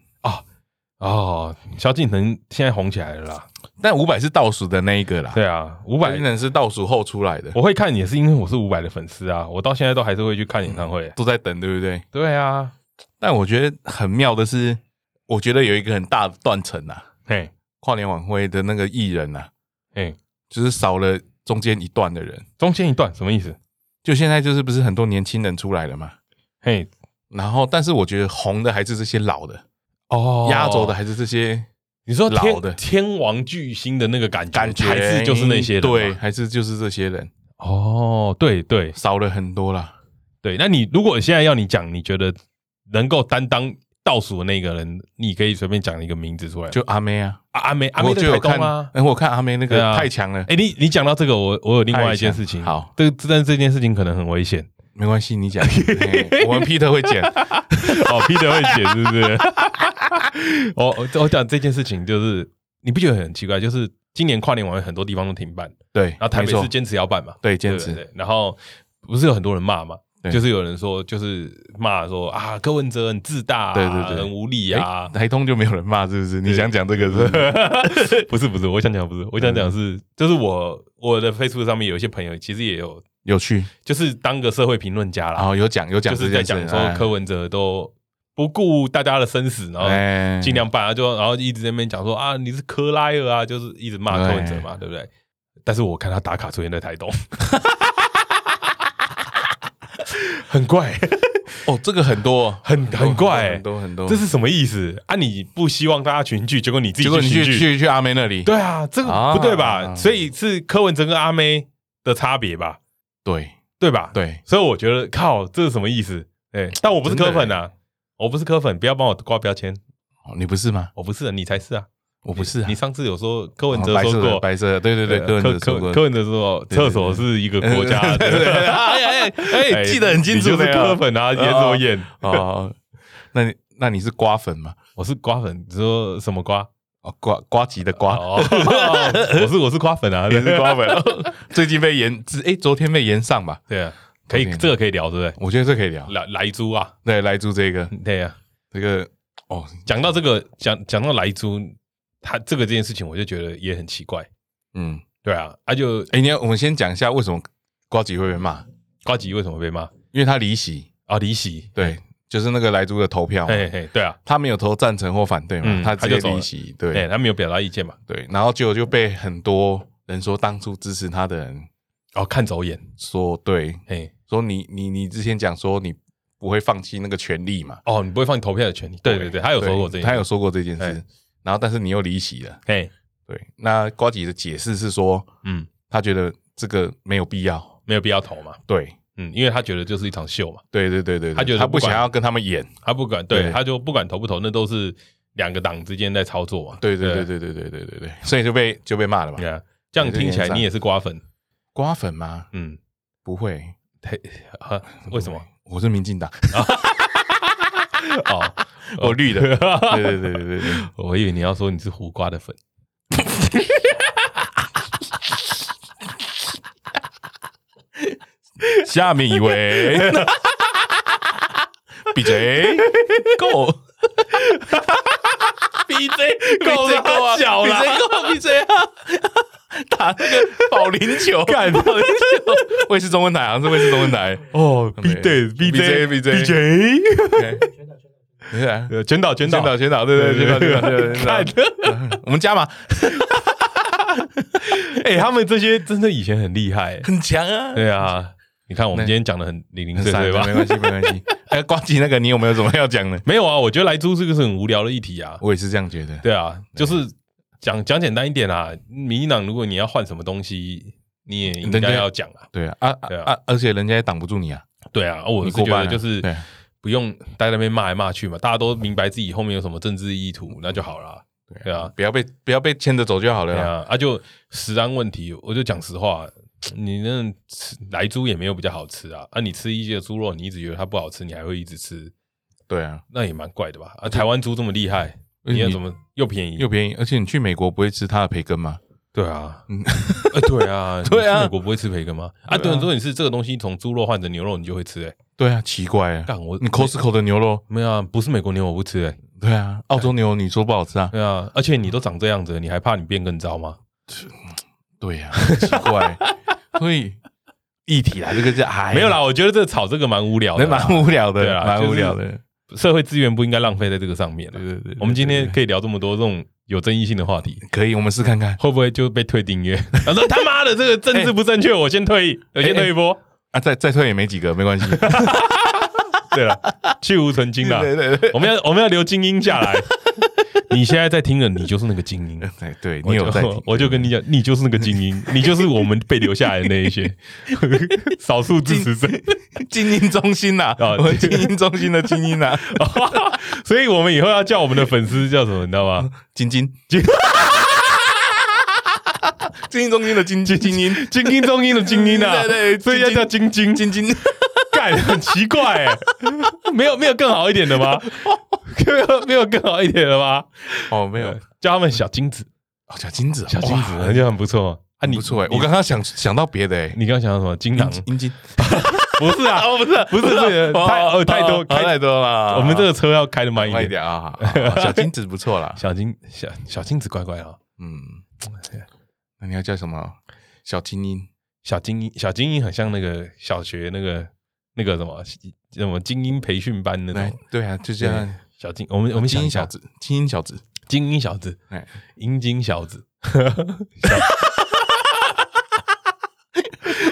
Speaker 1: 哦，萧敬腾现在红起来了啦。
Speaker 2: 但伍佰是倒数的那一个啦，
Speaker 1: 对啊，伍
Speaker 2: 萧
Speaker 1: 佰
Speaker 2: 敬腾是倒数后出来的，
Speaker 1: 我会看也是因为我是伍佰的粉丝啊，我到现在都还是会去看演唱会。
Speaker 2: 都在等，对不对？
Speaker 1: 对啊，
Speaker 2: 但我觉得很妙的是，我觉得有一个很大的断层啊，
Speaker 1: 嘿，
Speaker 2: 跨年晚会的那个艺人啊，
Speaker 1: 嘿，
Speaker 2: 就是少了中间一段的人。
Speaker 1: 中间一段什么意思？
Speaker 2: 就现在就是不是很多年轻人出来了嘛？
Speaker 1: 嘿，
Speaker 2: 然后，但是我觉得红的还是这些老的，
Speaker 1: 哦
Speaker 2: 压轴的，还是这些
Speaker 1: 你说天
Speaker 2: 老的
Speaker 1: 天王巨星的那个感觉，
Speaker 2: 感觉，
Speaker 1: 还是就是那些人吗
Speaker 2: 对，还是就是这些人
Speaker 1: 哦，对对
Speaker 2: 少了很多啦。
Speaker 1: 对。那你如果现在要你讲，你觉得能够担当倒数的那个人，你可以随便讲一个名字出来吗。
Speaker 2: 就阿妹啊，
Speaker 1: 啊阿妹，阿妹
Speaker 2: 我
Speaker 1: 在
Speaker 2: 就
Speaker 1: 台
Speaker 2: 有
Speaker 1: 东
Speaker 2: 看
Speaker 1: 吗？
Speaker 2: 哎，我看阿妹那
Speaker 1: 对
Speaker 2: 个
Speaker 1: 啊
Speaker 2: 太强了，
Speaker 1: 哎、你你讲到这个，我我有另外一件事情。
Speaker 2: 太强好
Speaker 1: 这个但是这件事情可能很危险
Speaker 2: 没关系，你 讲，嘿我们 Peter 会剪。
Speaker 1: 哦。Peter 会写是不是？我我我讲这件事情，就是你不觉得很奇怪？就是今年跨年晚会很多地方都停办，
Speaker 2: 对，
Speaker 1: 然后台
Speaker 2: 没
Speaker 1: 北
Speaker 2: 错
Speaker 1: 市坚持要办嘛，
Speaker 2: 对坚
Speaker 1: 对不
Speaker 2: 持，
Speaker 1: 对然后不是有很多人骂嘛，
Speaker 2: 对
Speaker 1: 就是有人说，就是骂说啊，柯文哲很自大、啊，
Speaker 2: 对对对
Speaker 1: 很无理
Speaker 2: 哎
Speaker 1: 啊，。
Speaker 2: 台通就没有人骂，是不是？你想讲这个是 不是？
Speaker 1: 不是不是，我想讲不是，我想讲是，就是我我的 Facebook 上面有一些朋友其实也有，
Speaker 2: 有趣，
Speaker 1: 就是当个社会评论家啦
Speaker 2: 然，后有讲有哦讲
Speaker 1: 就
Speaker 2: 这
Speaker 1: 是在
Speaker 2: 件
Speaker 1: 讲
Speaker 2: 事，哎
Speaker 1: 说柯文哲都不顾大家的生死，然后
Speaker 2: 哎
Speaker 1: 尽量办，然后就然后一直在那边讲说啊，你是柯拉尔啊，就是一直骂柯文哲
Speaker 2: 哎
Speaker 1: 嘛，对不对？但是我看他打卡出现在台 东，很怪，
Speaker 2: 哦，这个很多哦，
Speaker 1: 很很怪
Speaker 2: 很多很多，
Speaker 1: 这是什么意思啊？你不希望大家群聚，结果你自己
Speaker 2: 结果你
Speaker 1: 群
Speaker 2: 去
Speaker 1: 聚，
Speaker 2: 去去阿妹那里，
Speaker 1: 对啊，这个
Speaker 2: 啊
Speaker 1: 不对吧？所以是柯文哲跟阿妹的差别吧？
Speaker 2: 对
Speaker 1: 对吧？，
Speaker 2: 对，
Speaker 1: 所以我觉得靠，这是什么意思？哎，但我不是
Speaker 2: 真
Speaker 1: 柯
Speaker 2: 的欸
Speaker 1: 粉啊，我不是柯粉，不要帮我挂标签。
Speaker 2: 哦你不是吗？
Speaker 1: 我不是啊，你才是啊！
Speaker 2: 我不是啊
Speaker 1: 你，上次有说柯文
Speaker 2: 哦
Speaker 1: 哲
Speaker 2: 白色
Speaker 1: 说
Speaker 2: 的
Speaker 1: 过，
Speaker 2: 白色的，对对对，
Speaker 1: 呃
Speaker 2: 柯文哲说
Speaker 1: 柯
Speaker 2: 过，
Speaker 1: 柯文哲说
Speaker 2: 对对
Speaker 1: 厕
Speaker 2: 对
Speaker 1: 所是一个国家
Speaker 2: 对对对对
Speaker 1: 的，
Speaker 2: 哎哎哎哎，记得很清楚
Speaker 1: 你就
Speaker 2: 的
Speaker 1: 是
Speaker 2: 呀
Speaker 1: 柯粉啊，演什么演？
Speaker 2: 哦，那你那你是瓜粉吗？
Speaker 1: 我是瓜粉，你说什么瓜？
Speaker 2: 哦，瓜瓜吉的瓜，
Speaker 1: 哦，我是我是瓜粉啊，
Speaker 2: 啊 你是瓜粉，最近被延，哎，昨天被延上吧？
Speaker 1: 对啊，可以
Speaker 2: 昨天
Speaker 1: 这个可以聊，对不对？
Speaker 2: 我觉得这可以聊。
Speaker 1: 莱莱猪啊，
Speaker 2: 对，来住这个
Speaker 1: 对啊。
Speaker 2: 这个哦，
Speaker 1: 讲到这个，讲讲到莱猪，他这个这件事情，我就觉得也很奇怪。
Speaker 2: 嗯，
Speaker 1: 对啊，啊就
Speaker 2: 哎，你要我们先讲一下为什么瓜吉会被骂，
Speaker 1: 瓜吉为什么被骂
Speaker 2: 因为他离席，
Speaker 1: 啊？离席，
Speaker 2: 对，就是那个来猪的投票嘛，
Speaker 1: 嘿嘿，对啊，
Speaker 2: 他没有投赞成或反对
Speaker 1: 嗯
Speaker 2: 嘛，他直
Speaker 1: 他就
Speaker 2: 接
Speaker 1: 走了
Speaker 2: 离席，
Speaker 1: 哎，
Speaker 2: 对
Speaker 1: 他没有表达意见嘛？
Speaker 2: 对，然后结果就被很多人说当初支持他的人
Speaker 1: 哦，看走眼，
Speaker 2: 说，对，
Speaker 1: 哎，
Speaker 2: 说你你你之前讲说你不会放弃那个权利嘛，
Speaker 1: 哦，你不会放你投票的权利。对对对，他有说过这一
Speaker 2: 对他
Speaker 1: 点。
Speaker 2: 有说过这件
Speaker 1: 哎
Speaker 2: 事，然后但是你又离席了，
Speaker 1: 哎，
Speaker 2: 对，那瓜吉的解释是说，
Speaker 1: 嗯，
Speaker 2: 他觉得这个没有必要，
Speaker 1: 没有必要投嘛。
Speaker 2: 对。
Speaker 1: 嗯，因为他觉得就是一场秀嘛，
Speaker 2: 对对对对，对
Speaker 1: 他觉得
Speaker 2: 他不
Speaker 1: 不管
Speaker 2: 想要跟他们演，
Speaker 1: 他不管对，
Speaker 2: 对
Speaker 1: 他就不管投不投，那都是两个党之间在操作嘛。
Speaker 2: 对对对对对对对对对，所以就被就被骂了嘛
Speaker 1: 你。看这样听起来你也是瓜粉，
Speaker 2: 瓜粉吗？
Speaker 1: 嗯，
Speaker 2: 不会，
Speaker 1: 啊为 什么？
Speaker 2: 我是民 进党，
Speaker 1: 哦，
Speaker 2: 我绿的。对对对对对对，
Speaker 1: 我以为你要说你是胡瓜的粉。
Speaker 2: 下面一位， 闭嘴，够，
Speaker 1: B J 够
Speaker 2: 闭嘴够
Speaker 1: 了，
Speaker 2: 啊
Speaker 1: 小
Speaker 2: 闭嘴
Speaker 1: 了，
Speaker 2: 够，闭嘴啊！打那个保龄球，
Speaker 1: 干
Speaker 2: 保龄球，卫视中文台，好像啊是卫视中文台。
Speaker 1: 哦
Speaker 2: B J
Speaker 1: B
Speaker 2: J B J
Speaker 1: B J，
Speaker 2: 对啊，
Speaker 1: 全岛全
Speaker 2: 全
Speaker 1: 岛
Speaker 2: 岛全岛，对对全岛全岛全岛
Speaker 1: 看
Speaker 2: 全，岛，我们加码
Speaker 1: 哎，他们这些真的以前很厉害，
Speaker 2: 很强啊，
Speaker 1: 对啊，你看我们
Speaker 2: 那
Speaker 1: 今天讲的很零零
Speaker 2: 很
Speaker 1: 碎
Speaker 2: 傻
Speaker 1: 碎吧
Speaker 2: 没？关系没关系。 哎，瓜吉那个，你有没有什么要讲的？
Speaker 1: 没有啊，我觉得莱猪这个是很无聊的议题啊。
Speaker 2: 我也是这样觉得。
Speaker 1: 对啊，就是讲讲简单一点啊，民进党如果你要换什么东西，你也应
Speaker 2: 人
Speaker 1: 该
Speaker 2: 家
Speaker 1: 要讲啊。
Speaker 2: 对啊，啊
Speaker 1: 对啊
Speaker 2: 啊啊！而且人家也挡不住你啊，
Speaker 1: 对啊，我
Speaker 2: 你
Speaker 1: 是
Speaker 2: 过
Speaker 1: 觉
Speaker 2: 半
Speaker 1: 得
Speaker 2: 了
Speaker 1: 就是
Speaker 2: 对啊
Speaker 1: 不用在那边骂来骂去嘛，大家都明白自己后面有什么政治意图，那就好了。对啊，
Speaker 2: 不要被不要被牵着走就好了
Speaker 1: 对
Speaker 2: 啦。
Speaker 1: 啊，啊就食安问题，我就讲实话，你那吃来猪也没有比较好吃啊，啊你吃一些猪肉，你一直觉得它不好吃，你还会一直吃，
Speaker 2: 对啊，
Speaker 1: 那也蛮怪的吧？啊，台湾猪这么厉害，
Speaker 2: 而且
Speaker 1: 你要
Speaker 2: 哎你
Speaker 1: 怎么又便宜
Speaker 2: 又便宜，而且你去美国不会吃它的培根吗？
Speaker 1: 对啊，
Speaker 2: 嗯
Speaker 1: 哎对 啊，你
Speaker 2: 对啊
Speaker 1: 去美国不会吃培根吗？啊，
Speaker 2: 对
Speaker 1: 对
Speaker 2: 啊
Speaker 1: 很多人是这个东西从猪肉换成牛肉，你就会吃哎。
Speaker 2: 对啊，奇怪啊，
Speaker 1: 干我
Speaker 2: 你 Costco 的牛肉，
Speaker 1: 没有啊，不是美国牛我不吃哎。
Speaker 2: 对啊，澳洲牛你说不好吃啊？
Speaker 1: 对啊，而且你都长这样子，你还怕你变更糟吗？
Speaker 2: 对呀、啊，奇 怪，所以议题啊，这个叫哎，
Speaker 1: 没有啦，，我觉得这个炒这个蛮无聊的
Speaker 2: 那
Speaker 1: 啦，
Speaker 2: 蛮无聊
Speaker 1: 对
Speaker 2: 的，
Speaker 1: 啊
Speaker 2: 蛮
Speaker 1: 就是
Speaker 2: 无聊的，
Speaker 1: 社会资源不应该浪费在这个上面
Speaker 2: 对
Speaker 1: 了。
Speaker 2: 对对对
Speaker 1: 我们今天
Speaker 2: 对
Speaker 1: 可以聊这么多这种有争议性的话题，
Speaker 2: 可以，我们试看看
Speaker 1: 会不会就被退订 阅？他说他妈的这个政治不正确，我先退，我先退一 波。
Speaker 2: 啊，再再退也没几个，没关系，对
Speaker 1: 对了，去无存精啦。
Speaker 2: 对 对
Speaker 1: 我们要我们要留精英下来。 你现在在听的，你就是那个精 英。
Speaker 2: 对，哎对你有在
Speaker 1: 我
Speaker 2: 听
Speaker 1: 就，我就跟你讲，你就是那个精 英，你就是我们被留下来的那一些少数支持者。
Speaker 2: 精英中心呐、
Speaker 1: 啊
Speaker 2: 我们哦精英中心的精英呐、 啊，
Speaker 1: 所以我们以后要叫我们的粉丝叫什么，你知道 吗？
Speaker 2: 精精
Speaker 1: 精
Speaker 2: 精英中心的精精精英
Speaker 1: 精英中英的精英啊，
Speaker 2: 对对对
Speaker 1: 所以要叫晶晶。
Speaker 2: 精精，
Speaker 1: 干，很奇怪、欸， 没有没有更好一点的吗？ 没有没有更好一点的吗？
Speaker 2: 哦，没有，
Speaker 1: 叫他们小金子，
Speaker 2: 哦，小金子啊，
Speaker 1: 小金
Speaker 2: 哇
Speaker 1: 子就很不错啊
Speaker 2: 很
Speaker 1: 你。
Speaker 2: 不错哎，我刚刚想想到别的哎，
Speaker 1: 你刚刚想到什么？金狼？
Speaker 2: 阴茎
Speaker 1: 不是 啊，
Speaker 2: 哦，不是
Speaker 1: 不是这 个太哦太多开
Speaker 2: 太多了，
Speaker 1: 我们这个车要开的慢一
Speaker 2: 慢一
Speaker 1: 点。
Speaker 2: 点啊，好好好小金子不错啦，
Speaker 1: 小金小小金子乖乖啊，
Speaker 2: 嗯，那你要叫什么？小精英
Speaker 1: 小精英小精英很像那个小学那个那个什么什么精英培训班那
Speaker 2: 来
Speaker 1: 种，
Speaker 2: 对啊，就这
Speaker 1: 对
Speaker 2: 样，
Speaker 1: 小精。我们我们
Speaker 2: 精
Speaker 1: 想一
Speaker 2: 英小
Speaker 1: 下，
Speaker 2: 子，精英小子，
Speaker 1: 精英小子
Speaker 2: 哎，
Speaker 1: 阴精小子，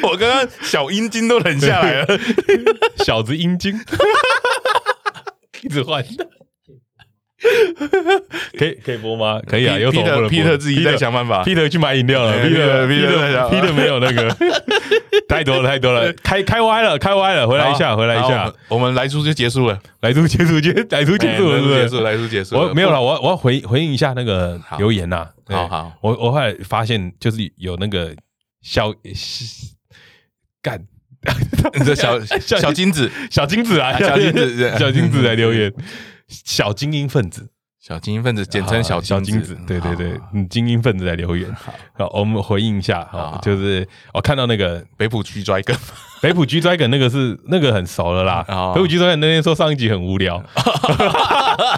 Speaker 2: 我刚刚小阴茎都忍下来了，
Speaker 1: 小子阴精， 一直换。可以可以播吗？可以啊，有什么不能播
Speaker 2: Peter
Speaker 1: 的
Speaker 2: Peter 自己在想办法，
Speaker 1: Peter 去买饮料了
Speaker 2: 哎
Speaker 1: ，Peter
Speaker 2: Peter- Peter 在想
Speaker 1: Peter 没有那 个，太多了太多了，开开歪了开歪了，回来一下
Speaker 2: 好
Speaker 1: 回来一，
Speaker 2: 好
Speaker 1: 下，
Speaker 2: 我们我们来书就结束了，
Speaker 1: 来猪结束结来猪结束
Speaker 2: 哎
Speaker 1: 了
Speaker 2: 来
Speaker 1: 是
Speaker 2: 书
Speaker 1: 不
Speaker 2: 结
Speaker 1: 是
Speaker 2: 束，？来书结束，
Speaker 1: 我没有了，我我要回回应一下那个
Speaker 2: 好
Speaker 1: 留言呐、对
Speaker 2: 好好，
Speaker 1: 我我后来发现就是有那个小 干
Speaker 2: 你这小
Speaker 1: 小
Speaker 2: 小金子，
Speaker 1: 小金子啊，
Speaker 2: 啊小金子
Speaker 1: 小金子来留言，小精英分子，
Speaker 2: 小精英分子，简称小
Speaker 1: 啊小
Speaker 2: 金
Speaker 1: 子
Speaker 2: 子，，
Speaker 1: 对对对
Speaker 2: 好，
Speaker 1: 嗯，精英分子来留言。
Speaker 2: 好
Speaker 1: 好，我们回应一下
Speaker 2: 好
Speaker 1: 哈
Speaker 2: 好，
Speaker 1: 就是我看到那 个
Speaker 2: 北浦区抓一个，
Speaker 1: 北浦 G Dragon 那个是那个很熟了啦
Speaker 2: 哦。
Speaker 1: 北浦 G Dragon 那天说上一集很无 聊，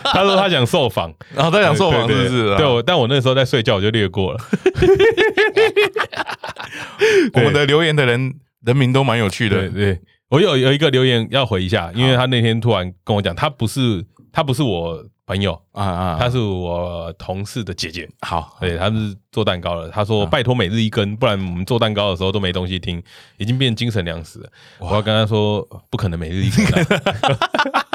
Speaker 1: 他说他想受访，
Speaker 2: 然哦后他想受访
Speaker 1: 对
Speaker 2: 是
Speaker 1: 对
Speaker 2: 不是？
Speaker 1: 对，
Speaker 2: 啊
Speaker 1: 我但我那时候在睡觉，我就略 过了。
Speaker 2: 我们的留言的人人民都蛮有趣
Speaker 1: 对
Speaker 2: 的，
Speaker 1: 对，我有有一个留言要回一下，因为他那天突然跟我讲，他不是他不是我朋友，
Speaker 2: 啊啊，
Speaker 1: 他是我同事的姐姐。
Speaker 2: 好，
Speaker 1: 对，他们是做蛋糕的。他
Speaker 2: 啊
Speaker 1: 说：“拜托每日一根，不然我们做蛋糕的时候都没东西听，已经变精神粮食了。”我要跟他说：“不可能每日一根、啊，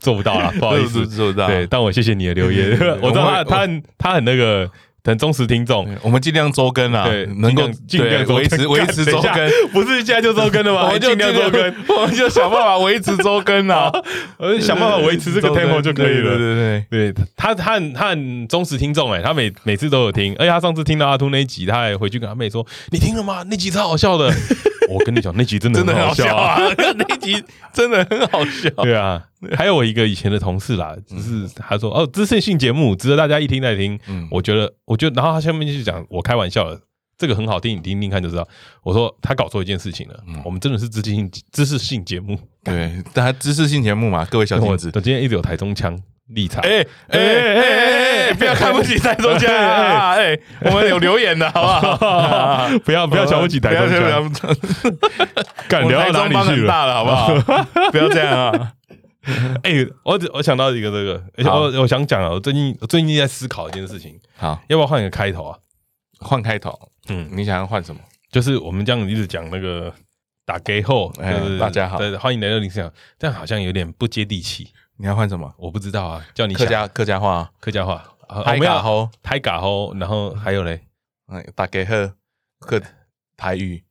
Speaker 1: 做不到了，不
Speaker 2: 不
Speaker 1: 好意思。”
Speaker 2: 知道，
Speaker 1: 对，但我谢谢你的留言，我知道他
Speaker 2: 我们会
Speaker 1: 他很他很那个很忠实听众，
Speaker 2: 对我们尽量周更啊，
Speaker 1: 对，
Speaker 2: 能够
Speaker 1: 尽量尽量
Speaker 2: 对
Speaker 1: 周
Speaker 2: 维持
Speaker 1: 更
Speaker 2: 维
Speaker 1: 干
Speaker 2: 持
Speaker 1: 等
Speaker 2: 周
Speaker 1: 一下
Speaker 2: 更，
Speaker 1: 不是现在就周更了吗？还尽量周更，，
Speaker 2: 我们就想办法维持周更啊，
Speaker 1: 呃， 想办法维持这个
Speaker 2: 周更
Speaker 1: tempo 就可以
Speaker 2: 对对
Speaker 1: 了。
Speaker 2: 对对，
Speaker 1: 对他，他很他很忠实听众哎，他每每次都有听，而且他上次听到阿秃那一集，他还回去跟他妹说：“你听了吗？那集超好笑的。” 我跟你讲，那集真的
Speaker 2: 真的很好笑
Speaker 1: 笑啊！
Speaker 2: 啊， 那一集真的很好笑，
Speaker 1: 对啊，还有我一个以前的同事啦，就是他说哦，知识性节目值得大家一听再听。
Speaker 2: 嗯
Speaker 1: 我觉得，我觉得，然后他下面就讲我开玩笑了，这个很好听，你听听看就知道。我说他搞错一件事情了，
Speaker 2: 嗯
Speaker 1: 我们真的是知识性知识性节目。
Speaker 2: 对，大家知识性节目嘛，各位小
Speaker 1: 我
Speaker 2: 金
Speaker 1: 我
Speaker 2: 子，
Speaker 1: 今天一直有台中腔立场，
Speaker 2: 哎哎哎哎哎，不要看不起台中家啊，哎，我们有留言的好不好？
Speaker 1: 不要不要瞧不起台中
Speaker 2: 不要
Speaker 1: 腔，
Speaker 2: 瞧不起台中腔
Speaker 1: 敢
Speaker 2: 我们
Speaker 1: 聊到
Speaker 2: 台中帮
Speaker 1: 哪里去
Speaker 2: 很
Speaker 1: 了？
Speaker 2: 大了，好不好？不要这样啊！
Speaker 1: 哎、我只我想到一个这个，而且
Speaker 2: 好
Speaker 1: 我我想讲啊，我最近我最近在思考一件事情，
Speaker 2: 好，
Speaker 1: 要不要换一个开头啊？
Speaker 2: 换开头，
Speaker 1: 嗯
Speaker 2: 嗯，你想要换什么？
Speaker 1: 就是我们这样一直讲那个打给后，
Speaker 2: 哎
Speaker 1: 就是
Speaker 2: 大家好
Speaker 1: 对，欢迎来到林思想，但好像有点不接地气，
Speaker 2: 你要换什么？
Speaker 1: 我不知道啊，叫你
Speaker 2: 客
Speaker 1: 想
Speaker 2: 家客家话啊，
Speaker 1: 客家话，啊
Speaker 2: 台嘎
Speaker 1: 吼，
Speaker 2: 吼，
Speaker 1: 台嘎吼，然后还有嘞，
Speaker 2: 嗯，大家好，客台语，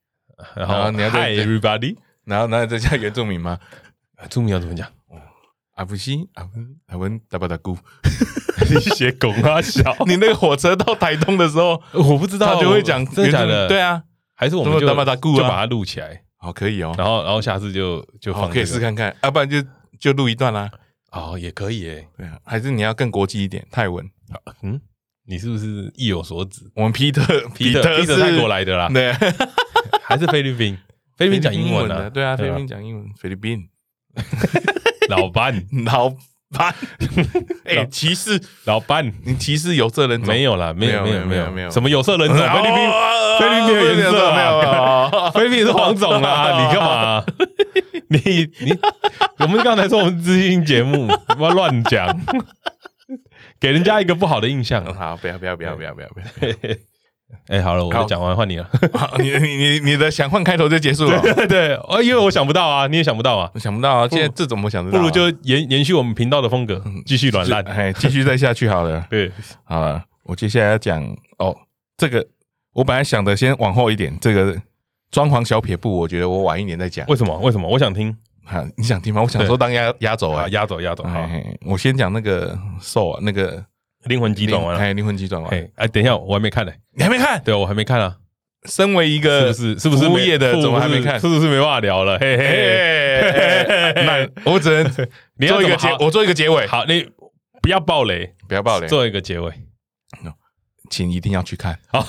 Speaker 1: 然
Speaker 2: 然
Speaker 1: 后
Speaker 2: 后你要再
Speaker 1: Hi everybody，
Speaker 2: 然后然后再加原住民吗？
Speaker 1: 啊中文要怎么讲？
Speaker 2: 阿不西阿文阿文达巴达姑，
Speaker 1: 你写狗啊小，
Speaker 2: 你那个火车到台东的时候，
Speaker 1: 我不知道，
Speaker 2: 他就会讲
Speaker 1: 真的假的？
Speaker 2: 原住民对，啊，
Speaker 1: 还是我们就
Speaker 2: 怎么打马打鼓啊
Speaker 1: 就把它录起来，
Speaker 2: 好可以哦，
Speaker 1: 然后然后下次就就
Speaker 2: 好
Speaker 1: 放
Speaker 2: 哦可以
Speaker 1: 这个
Speaker 2: 试看看，要不然就就录一段啦。
Speaker 1: 哦，也可以诶。
Speaker 2: 对啊，还是你要更国际一点，泰文
Speaker 1: 嗯，你是不是意有所指？
Speaker 2: 我们 皮特，
Speaker 1: 皮特，
Speaker 2: 特
Speaker 1: 皮特
Speaker 2: 是
Speaker 1: 泰国，来的啦，
Speaker 2: 对，
Speaker 1: 还是菲律 宾？菲律宾讲英文
Speaker 2: 的，
Speaker 1: 啊，
Speaker 2: 对啊，菲律
Speaker 1: 吧
Speaker 2: 宾讲英文，菲律宾
Speaker 1: 老板，
Speaker 2: 老 板，哎，
Speaker 1: 老
Speaker 2: 歧视，
Speaker 1: 老板，
Speaker 2: 你歧视有色人种？
Speaker 1: 没有啦，没有，没
Speaker 2: 没有
Speaker 1: 有，
Speaker 2: 没
Speaker 1: 没
Speaker 2: 有
Speaker 1: 有，
Speaker 2: 没有
Speaker 1: 什么有色人
Speaker 2: 哦，
Speaker 1: 种？菲律宾，菲律宾没有颜色
Speaker 2: 没有
Speaker 1: 啊
Speaker 2: 没有， 哦
Speaker 1: 菲律宾是黄种 啊，你干嘛？ 你你，我们刚才说我们知音节目，不要乱讲， 给人家一个不好的印象啊
Speaker 2: 嗯。好，不要不要不要不要不要不要！
Speaker 1: 哎，好了，我
Speaker 2: 好
Speaker 1: 都讲完，换 你了。
Speaker 2: 好你你你你的想换开头就结束 了，
Speaker 1: 对对，哦，因为我想不到啊，你也想不到啊，
Speaker 2: 我想不到啊，现在这怎么想得
Speaker 1: 不
Speaker 2: 到啊？
Speaker 1: 如就延延续我们频道的风格，继续软烂。
Speaker 2: 哎，继续再下去好了。
Speaker 1: 对，
Speaker 2: 好了，我接下来要讲哦，这个我本来想的先往后一点，这个装潢小撇步，我觉得我晚一点再讲。
Speaker 1: 为什么？为什么？我想听。
Speaker 2: 哈，你想听吗？我想说当压压轴
Speaker 1: 啊，
Speaker 2: 啊。
Speaker 1: 压走压走，好，
Speaker 2: 哎，我先讲那个兽啊，那个
Speaker 1: 灵魂急转弯了。
Speaker 2: 哎，灵魂急转弯，
Speaker 1: 哎哎，等一下，我还没看呢。
Speaker 2: 你还没看？
Speaker 1: 对，我还没看啊，
Speaker 2: 身为一
Speaker 1: 是
Speaker 2: 个
Speaker 1: 不是？是不是
Speaker 2: 呃服务
Speaker 1: 没
Speaker 2: 业的
Speaker 1: 是不
Speaker 2: 怎么还
Speaker 1: 是
Speaker 2: 没看
Speaker 1: 是不是没办法聊了？嘿嘿嘿。
Speaker 2: 哎，那我只能
Speaker 1: 你要怎
Speaker 2: 做一个
Speaker 1: 么
Speaker 2: 结
Speaker 1: 好，
Speaker 2: 我做一个结尾，
Speaker 1: 好，你不要暴雷，
Speaker 2: 不要爆雷，
Speaker 1: 做一个结尾。
Speaker 2: 请一定要去看，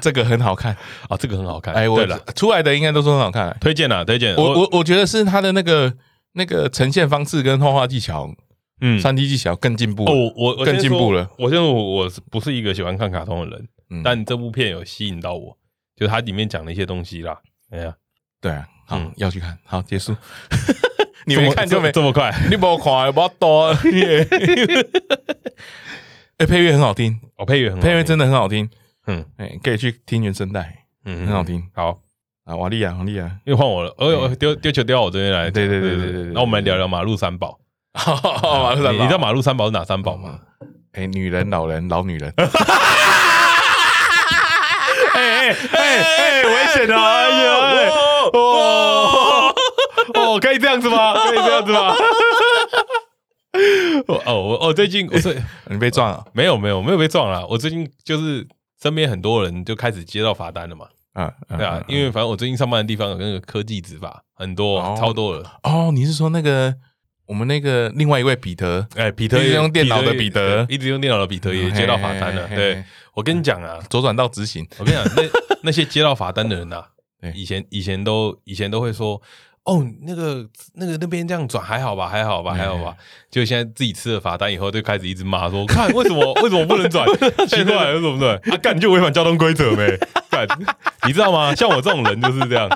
Speaker 2: 这个很好看。
Speaker 1: 啊，这个很好看。
Speaker 2: 哎，我
Speaker 1: 对了，
Speaker 2: 出来的应该都说很好看。
Speaker 1: 推荐啦，推荐。
Speaker 2: 我我我觉得是他的那个那个呈现方式跟画画技巧、
Speaker 1: 嗯，
Speaker 2: 三 D 技巧更进步了。
Speaker 1: 哦，我我我
Speaker 2: 更
Speaker 1: 先
Speaker 2: 进
Speaker 1: 说
Speaker 2: 步了。
Speaker 1: 我现在我我是不是一个喜欢看卡通的人，
Speaker 2: 嗯
Speaker 1: 但这部片有吸引到我，就是它里面讲的一些东西啦。哎呀，
Speaker 2: 对啊，好
Speaker 1: 嗯
Speaker 2: 要去看，好结束。 你
Speaker 1: 你
Speaker 2: 没看就没，
Speaker 1: 这么快？
Speaker 2: 你不看不 多。哎，配乐很好听，
Speaker 1: 哦，配乐很好听
Speaker 2: 配乐真的很好听。
Speaker 1: 嗯
Speaker 2: 哎，可以去听原声带，
Speaker 1: 嗯
Speaker 2: 很好。听
Speaker 1: 好，
Speaker 2: 啊。瓦利亚，瓦利 亚，
Speaker 1: 又换我了。哦呦，丢丢球丢到我这边来。嗯
Speaker 2: 对对对对对对对
Speaker 1: 那我们来聊聊马路三宝。
Speaker 2: 马上
Speaker 1: 你你知道马路三宝是哪三宝吗？嗯
Speaker 2: 哎，女人、老人、老女人，
Speaker 1: 哎哎哎哎，危险哦！哎呦哎
Speaker 2: 哦
Speaker 1: 哦哦，可以这样子吗？可以这样子吗？我哦我哦，最近我最
Speaker 2: 你被撞了
Speaker 1: 没有没有没有被撞啦，我最近就是身边很多人就开始接到罚单了嘛，
Speaker 2: 啊？
Speaker 1: 对啊，因为反正我最近上班的地方有那个科技执法，很多
Speaker 2: 哦
Speaker 1: 超多了。
Speaker 2: 哦，你是说那个我们那个另外一位彼得？
Speaker 1: 哎，彼得
Speaker 2: 一直用电脑的彼得
Speaker 1: 一直用电脑的彼得也接到罚单了。
Speaker 2: 哦嘿嘿嘿
Speaker 1: 对
Speaker 2: 嘿
Speaker 1: 我跟你讲啊，
Speaker 2: 左转到直行，
Speaker 1: 我跟你讲，那那些接到罚单的人呐、啊
Speaker 2: 对
Speaker 1: 以前以前都以前都会说，哦，那个那个那边这样转还好吧，还好吧，
Speaker 2: 嗯
Speaker 1: 还好吧。就现在自己吃了罚单以后，就开始一直骂说，看为什么为什么不能 转？奇怪，为什么不能转？啊，干你就违反交通规则呗。干，你知道吗？像我这种人就是这样，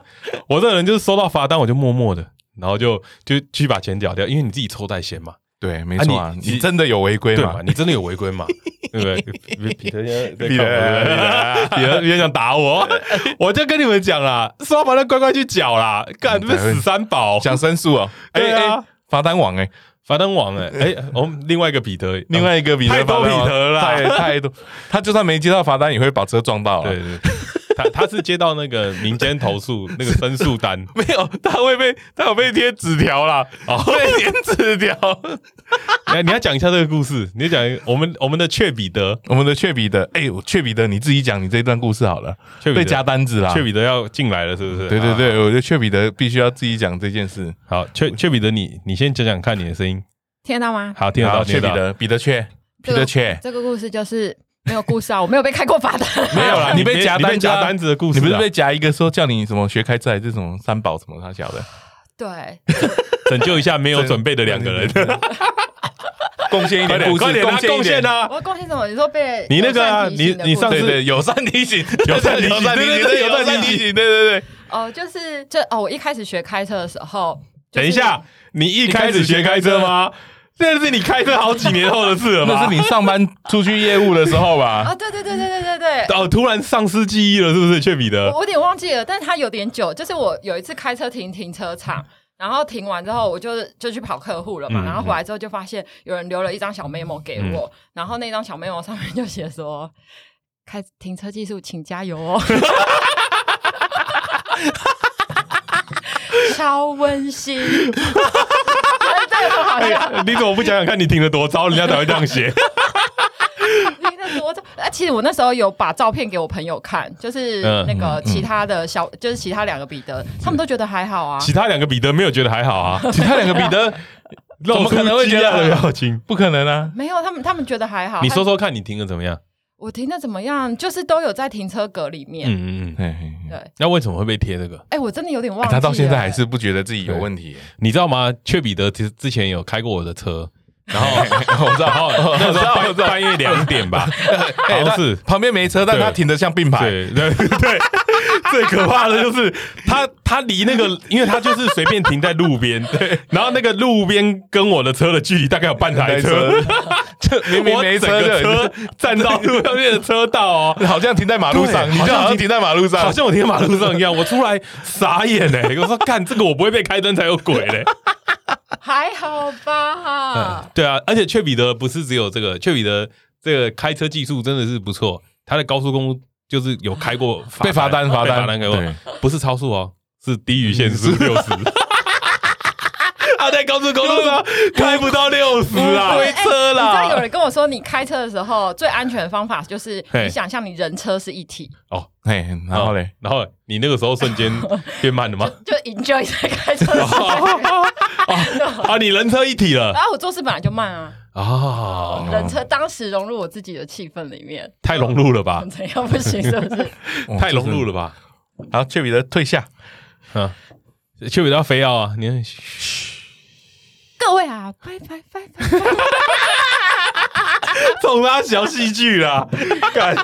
Speaker 1: 我这个人就是收到罚单我就默默的，然后就就去把钱缴掉，因为你自己抽在先嘛，
Speaker 2: 对，没错
Speaker 1: 啊
Speaker 2: 啊，
Speaker 1: 你
Speaker 2: 你真的有违规
Speaker 1: 对
Speaker 2: 嘛
Speaker 1: 嘛？？你真的有违规嘛？对不对？彼彼得 先
Speaker 2: 彼得
Speaker 1: 彼得彼得想打我， 我就跟你们讲啦，说完了乖乖去缴啦，干这死三宝，
Speaker 2: 嗯想申诉 哦？哎
Speaker 1: 对啊
Speaker 2: 哎，罚单网哎，
Speaker 1: 罚单王哎哎，我们另外一个彼得，
Speaker 2: 另外一个彼得
Speaker 1: 太多
Speaker 2: 罚单网
Speaker 1: 彼得了啦
Speaker 2: 太太多， 他就算没接到罚单，也会把车撞到
Speaker 1: 哦
Speaker 2: 啊
Speaker 1: 对
Speaker 2: 了。
Speaker 1: 对，对他他是接到那个民间投 诉那个申诉单，哦
Speaker 2: 没有，他会被他有被贴纸条 啦，被贴纸条。
Speaker 1: 哎你要你要讲一下这个故事，你要讲一个我们我们的雀彼得，
Speaker 2: 我们的雀彼得，哎，我雀彼得，你自己讲你这一段故事好了，
Speaker 1: 雀彼得
Speaker 2: 被加单子啦
Speaker 1: 雀。彼得要进来了是不是？
Speaker 2: 啊对对
Speaker 1: 啊，
Speaker 2: 对，我觉得雀彼得必须要自己讲这件事。
Speaker 1: 好，雀雀彼得你你先讲讲看你的声音，
Speaker 3: 听得到吗？
Speaker 1: 好听得到
Speaker 2: 好雀
Speaker 1: 听
Speaker 2: 彼
Speaker 1: 得到。
Speaker 2: 得，彼得雀，彼
Speaker 3: 这
Speaker 2: 得
Speaker 3: 个
Speaker 2: 雀，
Speaker 3: 这个故事就是没有故事啊，我没有被开过罚单。
Speaker 2: 没有 啦，你
Speaker 1: 你
Speaker 2: 被
Speaker 1: 被
Speaker 2: 夹
Speaker 1: 你被
Speaker 2: 单子啊
Speaker 1: 夹单子的故事
Speaker 2: 你
Speaker 1: 啊
Speaker 2: 不是被夹一个说叫你什么学开债这种三宝什么他小的，
Speaker 3: 对，
Speaker 1: 拯救一下没有准备的两个人，
Speaker 2: 贡献一
Speaker 1: 快
Speaker 2: 点
Speaker 1: 点
Speaker 2: 故事，
Speaker 1: 快点啊，贡
Speaker 2: 贡献一
Speaker 1: 献
Speaker 2: 点。
Speaker 1: 啊！
Speaker 3: 我贡献什么？你说被
Speaker 1: 你那个啊
Speaker 3: 友善提醒
Speaker 1: 你你
Speaker 3: 的
Speaker 1: 上
Speaker 3: 故
Speaker 1: 次
Speaker 3: 事
Speaker 2: 对对，友善提醒，
Speaker 1: 友善提醒
Speaker 2: 友善提
Speaker 1: 对
Speaker 2: 醒，
Speaker 1: 对对
Speaker 2: 对友善提醒，对对对。
Speaker 3: 哦，就是就哦，我一开始学开车的时候，就是
Speaker 1: 等一下，你一开始学开车吗？ 这是你开车好几年后的事了吧？
Speaker 2: 那是你上班出去业务的时候吧？
Speaker 3: 啊，对对对对对对对。
Speaker 1: 哦，突然丧失记忆了，是不是？雀彼
Speaker 3: 我
Speaker 1: 得，
Speaker 3: 我有点忘记了，但是他有点久。就是我有一次开车停停车场，然后停完之后，我就就去跑客户了嘛。
Speaker 1: 嗯
Speaker 3: 然后回来之后就发现有人留了一张小 memo 给我，然后那张小 memo 上面就写说：“开停车技术，请加油哦。” 超温馨， 这个好笑。
Speaker 1: 哎 你怎么不想想看你停的多糟，人家才会这样 写？
Speaker 3: 听得多照。啊，其实我那时候有把照片给我朋友看，就是
Speaker 1: 嗯
Speaker 3: 那个其他的小，就是其他两个彼得，他们都觉得还好啊。
Speaker 1: 其他两个彼得没有觉得还好啊？
Speaker 2: 其他两个彼得怎
Speaker 1: 露
Speaker 2: 么
Speaker 1: 出
Speaker 2: 可能会
Speaker 1: 惊
Speaker 2: 觉
Speaker 1: 讶的
Speaker 2: 得
Speaker 1: 表情。
Speaker 2: 不可能啊？
Speaker 3: 没有，他们他们觉得还好。
Speaker 1: 你说说看，你停的怎么样？
Speaker 3: 我停的怎么样？就是都有在停车格里面。
Speaker 1: 嗯嗯嗯。
Speaker 2: 嘿嘿嘿
Speaker 3: 对，
Speaker 1: 那为什么会被贴这个？
Speaker 3: 哎，我真的有点忘
Speaker 2: 哎
Speaker 3: 记了。
Speaker 2: 他到现在还是不觉得自己有问 题。
Speaker 1: 你知道吗？雀彼得其实之前有开过我的车，然后
Speaker 2: 我 知道，我
Speaker 1: 哦那
Speaker 2: 知
Speaker 1: 时候半
Speaker 2: 道，
Speaker 1: 半夜两点 吧，
Speaker 2: 哎
Speaker 1: 好像是
Speaker 2: 他 旁边没车，但
Speaker 1: 对
Speaker 2: 他停的像并排。
Speaker 1: 对对对， 最可怕的就是他，他离那个，因为他就是随便停在路边，然后那个路边跟我的车的距离大概有半台车，
Speaker 2: 这明明
Speaker 1: 我
Speaker 2: 没
Speaker 1: 整
Speaker 2: 车
Speaker 1: 个
Speaker 2: 的，
Speaker 1: 车站到路上面的车道哦。
Speaker 2: 好像停在马路上，
Speaker 1: 对
Speaker 2: 你就
Speaker 1: 好像
Speaker 2: 好像
Speaker 1: 停
Speaker 2: 停在马路上，
Speaker 1: 好像我停在马路上一样，我出来傻眼嘞、我说干这个我不会被开灯才有鬼嘞、
Speaker 3: 还好吧？
Speaker 1: 对啊，而且雀彼得不是只有这个，雀彼得这个开车技术真的是不错，他的高速公路就是有开过
Speaker 2: 被罚单罚单
Speaker 1: 被罚单开过
Speaker 2: 对，嗯
Speaker 1: 不是超速哦，是低于限速六 十。他在高速公路上开不到六十啊，哦推
Speaker 3: 哎
Speaker 1: 车
Speaker 3: 你知道有
Speaker 1: 啦。
Speaker 3: 人跟我说，你开车的时候最安全的方法就是
Speaker 1: 嘿
Speaker 3: 你想象你人车是一体，
Speaker 2: 嘿，然后嘞，，
Speaker 1: 然后你那个时候瞬间变慢了 吗？
Speaker 3: 就 enjoy 在开车的时候。
Speaker 1: 哦啊，你人车一体了
Speaker 3: 然后我做事本来就慢啊，
Speaker 1: 啊，
Speaker 3: 人车当时融入我自己的气氛里面，
Speaker 1: 太融入了吧，
Speaker 3: 怎样不行是不是？
Speaker 2: 哦
Speaker 1: 太融入。
Speaker 2: 就是
Speaker 1: 了吧。
Speaker 2: 好，丘比特退下，
Speaker 1: 嗯，雀彼得要非要啊，你看
Speaker 3: 各位啊，拜拜拜拜拜拜。
Speaker 1: 冲他小戏剧 啦，干。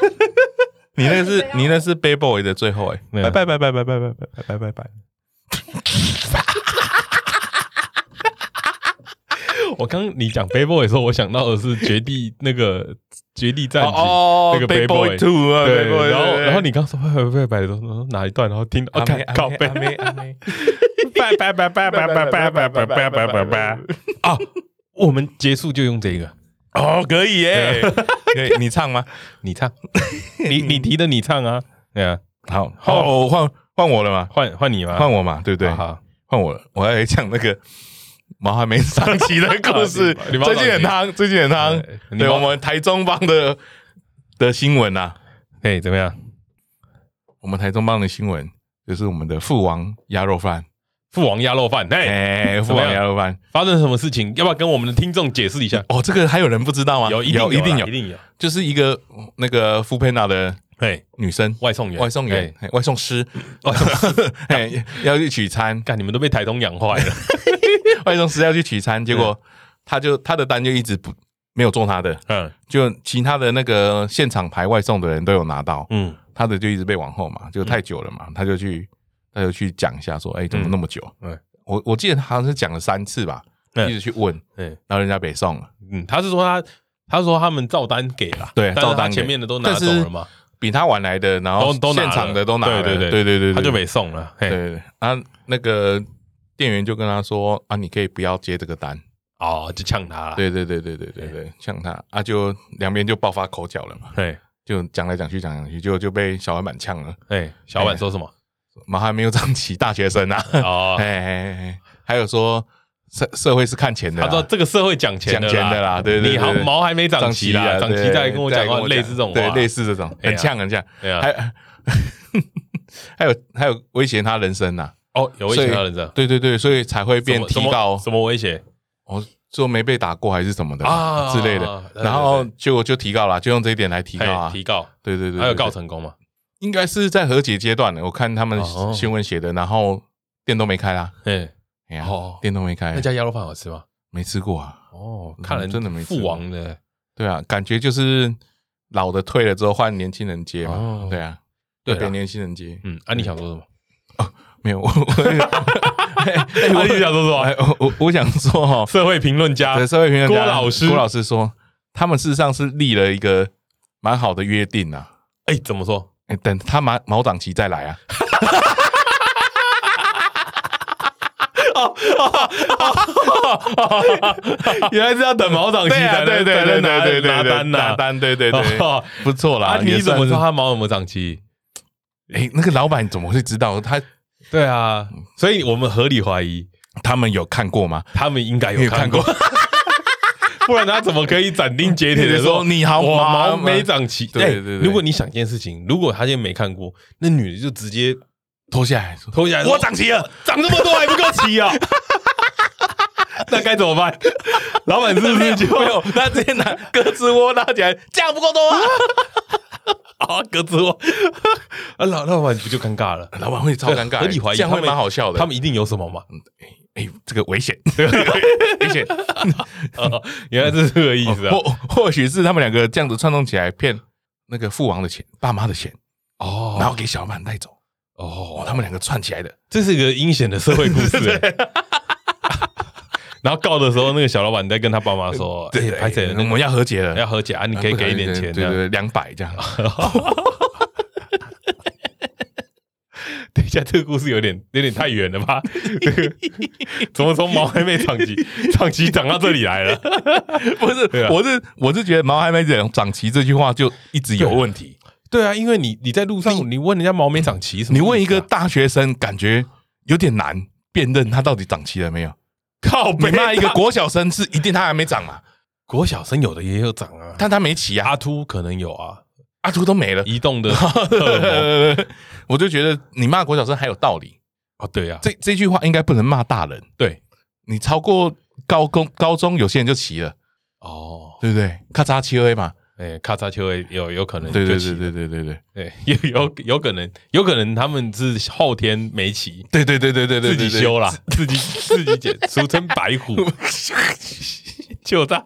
Speaker 2: 你那是你那是 Bad Boy 的最后哎，
Speaker 1: 没有
Speaker 2: 拜拜拜拜拜拜拜拜拜拜拜。
Speaker 1: 我刚你讲 Bad Boy 的时候，我想到的是《绝地》那个《绝地战警》那个
Speaker 2: Bad
Speaker 1: Bad
Speaker 2: Boy
Speaker 1: Boy。
Speaker 2: Two 啊，
Speaker 1: 对
Speaker 2: Bad，Boy，
Speaker 1: 然后
Speaker 2: 哦对
Speaker 1: 然后你刚说拜拜拜拜的时候，哪一段？然后听到
Speaker 2: 阿
Speaker 1: 看
Speaker 2: 妹
Speaker 1: 靠背
Speaker 2: 阿，妹阿妹
Speaker 1: 拜拜拜拜拜拜拜拜拜拜拜拜拜啊！我们结束就用这个，
Speaker 2: 哦，可以耶，可以，你唱吗？
Speaker 1: 你 唱，你你提的你唱啊，对啊，
Speaker 2: 好，换我换换我了嘛，
Speaker 1: 换换你吗？
Speaker 2: 换我嘛，对不对？
Speaker 1: 好，
Speaker 2: 换我了，我要来讲那个毛还没上齐的故事
Speaker 1: 啊你你。毛
Speaker 2: 最
Speaker 1: 上
Speaker 2: 近很夯，最近很夯
Speaker 1: 对。哎你
Speaker 2: 对
Speaker 1: 毛
Speaker 2: 我们台中帮的的新闻啊，
Speaker 1: 哎，怎么样？
Speaker 2: 我们台中帮的新闻就是我们的父王鸭肉饭，
Speaker 1: 父王鸭肉饭，哎，
Speaker 2: 哎，父
Speaker 1: 怎么
Speaker 2: 王
Speaker 1: 样
Speaker 2: 鸭肉饭。
Speaker 1: 发生什么事情？要不要跟我们的听众解释一下？
Speaker 2: 哦，这个还有人不知道吗？
Speaker 1: 有，一定
Speaker 2: 有，
Speaker 1: 有，
Speaker 2: 一定有
Speaker 1: 一，定有。
Speaker 2: 就是一个那个傅佩娜的
Speaker 1: 哎，
Speaker 2: 女生。
Speaker 1: 外送员，
Speaker 2: 外送员
Speaker 1: 哎，
Speaker 2: 嘿外 送师，外 送哎，要去取餐，
Speaker 1: 干，你们都被台东养坏 了。
Speaker 2: 外送师要去取餐，结果他就他的单就一直不没有做他的，
Speaker 1: 嗯
Speaker 2: 就其他的那个现场排外送的人都有拿到，
Speaker 1: 嗯，
Speaker 2: 他的就一直被往后嘛，就太久了嘛，他就去他就去讲一下说，哎、怎么那么久？
Speaker 1: 嗯对
Speaker 2: 我我记得他好像是讲了三次吧，
Speaker 1: 嗯
Speaker 2: 一直去问，
Speaker 1: 对，
Speaker 2: 然后人家北送了，
Speaker 1: 嗯，他是说他，他说他们照单给了，
Speaker 2: 对
Speaker 1: 但是
Speaker 2: 照单
Speaker 1: 他
Speaker 2: 给
Speaker 1: 前面的都拿走了嘛，
Speaker 2: 比他晚来的，然后
Speaker 1: 都都拿
Speaker 2: 现
Speaker 1: 了
Speaker 2: 场的都拿了，
Speaker 1: 对
Speaker 2: 对
Speaker 1: 对
Speaker 2: 对
Speaker 1: 对
Speaker 2: 对对，
Speaker 1: 他就
Speaker 2: 对
Speaker 1: 没送了。
Speaker 2: 对
Speaker 1: 嘿，
Speaker 2: 对对啊，那个店员就跟他说啊，你可以不要接这个单，
Speaker 1: 哦，就呛他了。
Speaker 2: 对对对对对对对，像他啊，就两边就爆发口角了嘛，
Speaker 1: 对，
Speaker 2: 就讲来讲去讲来讲去，就就被小老板呛了，
Speaker 1: 哎，小婉说什 么？
Speaker 2: 马还没有长起大学生啊，
Speaker 1: 哦
Speaker 2: 哎，哎哎，还有说社社会是看钱的啦，
Speaker 1: 他说这个社会讲钱
Speaker 2: 啊讲钱的啦对对对
Speaker 1: 你好
Speaker 2: 对啊
Speaker 1: 毛还没长齐啦，长
Speaker 2: 对
Speaker 1: 齐再跟我讲
Speaker 2: 再
Speaker 1: 话类似这种话，
Speaker 2: 对，类似这种，
Speaker 1: 哎呀
Speaker 2: 很呛很呛，
Speaker 1: 对啊，
Speaker 2: 还 还有还有威胁他人生呐，
Speaker 1: 哦，有威
Speaker 2: 所以
Speaker 1: 胁到人这样，
Speaker 2: 对对对，所以才会变
Speaker 1: 什么
Speaker 2: 提
Speaker 1: 什
Speaker 2: 到
Speaker 1: 么什么威胁？
Speaker 2: 哦，说没被打过还是什么的
Speaker 1: 啊
Speaker 2: 之类
Speaker 1: 对，
Speaker 2: 的
Speaker 1: 对对
Speaker 2: 然后结果就提告了，就用这一点来提告
Speaker 1: 嘿
Speaker 2: 啊，
Speaker 1: 提告，
Speaker 2: 对对对对，
Speaker 1: 还有告
Speaker 2: 对，
Speaker 1: 成功嘛？
Speaker 2: 应该是在和解阶段的，我看他们
Speaker 1: 哦
Speaker 2: 新闻写的，然后店都没开啦，
Speaker 1: 哎，
Speaker 2: 哎呀
Speaker 1: 哦，
Speaker 2: 店都没开
Speaker 1: 那，家鸭肉饭好吃吗？
Speaker 2: 没吃过啊，
Speaker 1: 哦，
Speaker 2: 嗯
Speaker 1: 看来
Speaker 2: 真的没吃
Speaker 1: 父王的
Speaker 2: 对啊，感觉就是老的退了之后换年轻人接嘛，
Speaker 1: 哦
Speaker 2: 对啊，
Speaker 1: 对啊
Speaker 2: 对给年轻人接，
Speaker 1: 嗯，啊，你想说什么？
Speaker 2: 没有我 哎我
Speaker 1: 啊，你想说什么？
Speaker 2: 哎我我我想说哈、
Speaker 1: 社会评论家
Speaker 2: 哦，社会评论家
Speaker 1: 啊郭老师
Speaker 2: 郭老师说，他们事实上是立了一个蛮好的约定啊，
Speaker 1: 哎，怎么说？
Speaker 2: 哎，等他毛毛长齐再来啊，
Speaker 1: 原来是要等毛 长期才能
Speaker 2: 对对对
Speaker 1: 才能啊拿
Speaker 2: 对对对
Speaker 1: 拿单呐、
Speaker 2: 拿单，对对对，
Speaker 1: 哦
Speaker 2: 不错啦，
Speaker 1: 啊，
Speaker 2: 也
Speaker 1: 你怎
Speaker 2: 算
Speaker 1: 么
Speaker 2: 是
Speaker 1: 知道？他毛有没有长期？
Speaker 2: 哎，那个老板怎么会知道他
Speaker 1: 对啊，所以我们合理怀疑
Speaker 2: 他们有看过吗？
Speaker 1: 他们应该
Speaker 2: 没
Speaker 1: 有
Speaker 2: 有看
Speaker 1: 看
Speaker 2: 过
Speaker 1: 过，不然他怎么可以斩钉截铁的
Speaker 2: 说
Speaker 1: 说
Speaker 2: 你好
Speaker 1: 我
Speaker 2: 毛
Speaker 1: 毛没长齐？
Speaker 2: 对
Speaker 1: 哎
Speaker 2: 对对
Speaker 1: 如果你想一件事情，如果他今天没看过，那女的就直接
Speaker 2: 脱下来说，
Speaker 1: 脱下来说，
Speaker 2: 我长齐了，
Speaker 1: 哦长这么多还不够齐啊！ 那该怎么 办？老板是不是就
Speaker 2: 没 有，他直接拿鸽子窝拉起来，这样不够多啊！啊，鸽子窝，
Speaker 1: 啊老老板不就尴尬了？
Speaker 2: 啊老板会超尴尬，
Speaker 1: 合理怀疑
Speaker 2: 这样
Speaker 1: 他
Speaker 2: 会
Speaker 1: 们
Speaker 2: 蛮好笑的。
Speaker 1: 他们一定有什么嘛？
Speaker 2: 哎、这个危险，这个 危险
Speaker 1: 哦 原来这是这个意思啊！
Speaker 2: 或或许是他们两个这样子串通起来骗那个父王的钱、爸妈的钱，
Speaker 1: 哦
Speaker 2: 然后给小满带走。哦，
Speaker 1: 哦，
Speaker 2: 他们两个串起来的，
Speaker 1: 这是一个阴险的社会故 事、欸。然后告的时候，那个小老板在跟他爸妈说：“哎，拍谁？
Speaker 2: 我
Speaker 1: 那
Speaker 2: 们
Speaker 1: 个
Speaker 2: 要和解了，哎
Speaker 1: 要和解啊，你可以给一点钱
Speaker 2: 对对
Speaker 1: 的。
Speaker 2: 对，两百 这样。
Speaker 1: 等一下，这个故事有点有点太远了 吧？这个怎么从毛还没长齐， 长齐长到这里来了？
Speaker 2: 不是
Speaker 1: 对，啊
Speaker 2: 我是我是觉得毛还没长长齐这句话就一直有问题。
Speaker 1: 对啊，因为你你在路上，你问人家毛没长齐什么意思啊？
Speaker 2: 你问一个大学生，感觉有点难辨认他到底长齐了没有。
Speaker 1: 靠
Speaker 2: 你
Speaker 1: 北
Speaker 2: 骂一个国小生是一定他还没长嘛，
Speaker 1: 国小生有的也有长啊，
Speaker 2: 但他没齐啊，
Speaker 1: 阿秃可能有啊，
Speaker 2: 阿图都没了。
Speaker 1: 移 动的荷尔蒙
Speaker 2: 我就觉得你骂国小生还有道理，
Speaker 1: 哦，对啊，
Speaker 2: 这这句话应该不能骂大人。
Speaker 1: 对
Speaker 2: 你超过高中高中，有些人就齐了，
Speaker 1: 哦，
Speaker 2: 对不对？咔嚓七 A 嘛，
Speaker 1: 哎，咔嚓球也有有可能
Speaker 2: 对
Speaker 1: 就
Speaker 2: 对
Speaker 1: 起
Speaker 2: 对对对对对
Speaker 1: 对，有有有可能，有可能他们是后天没骑，
Speaker 2: 对对对对对对，
Speaker 1: 自己修啦，自己自己剪，俗称白 虎，就大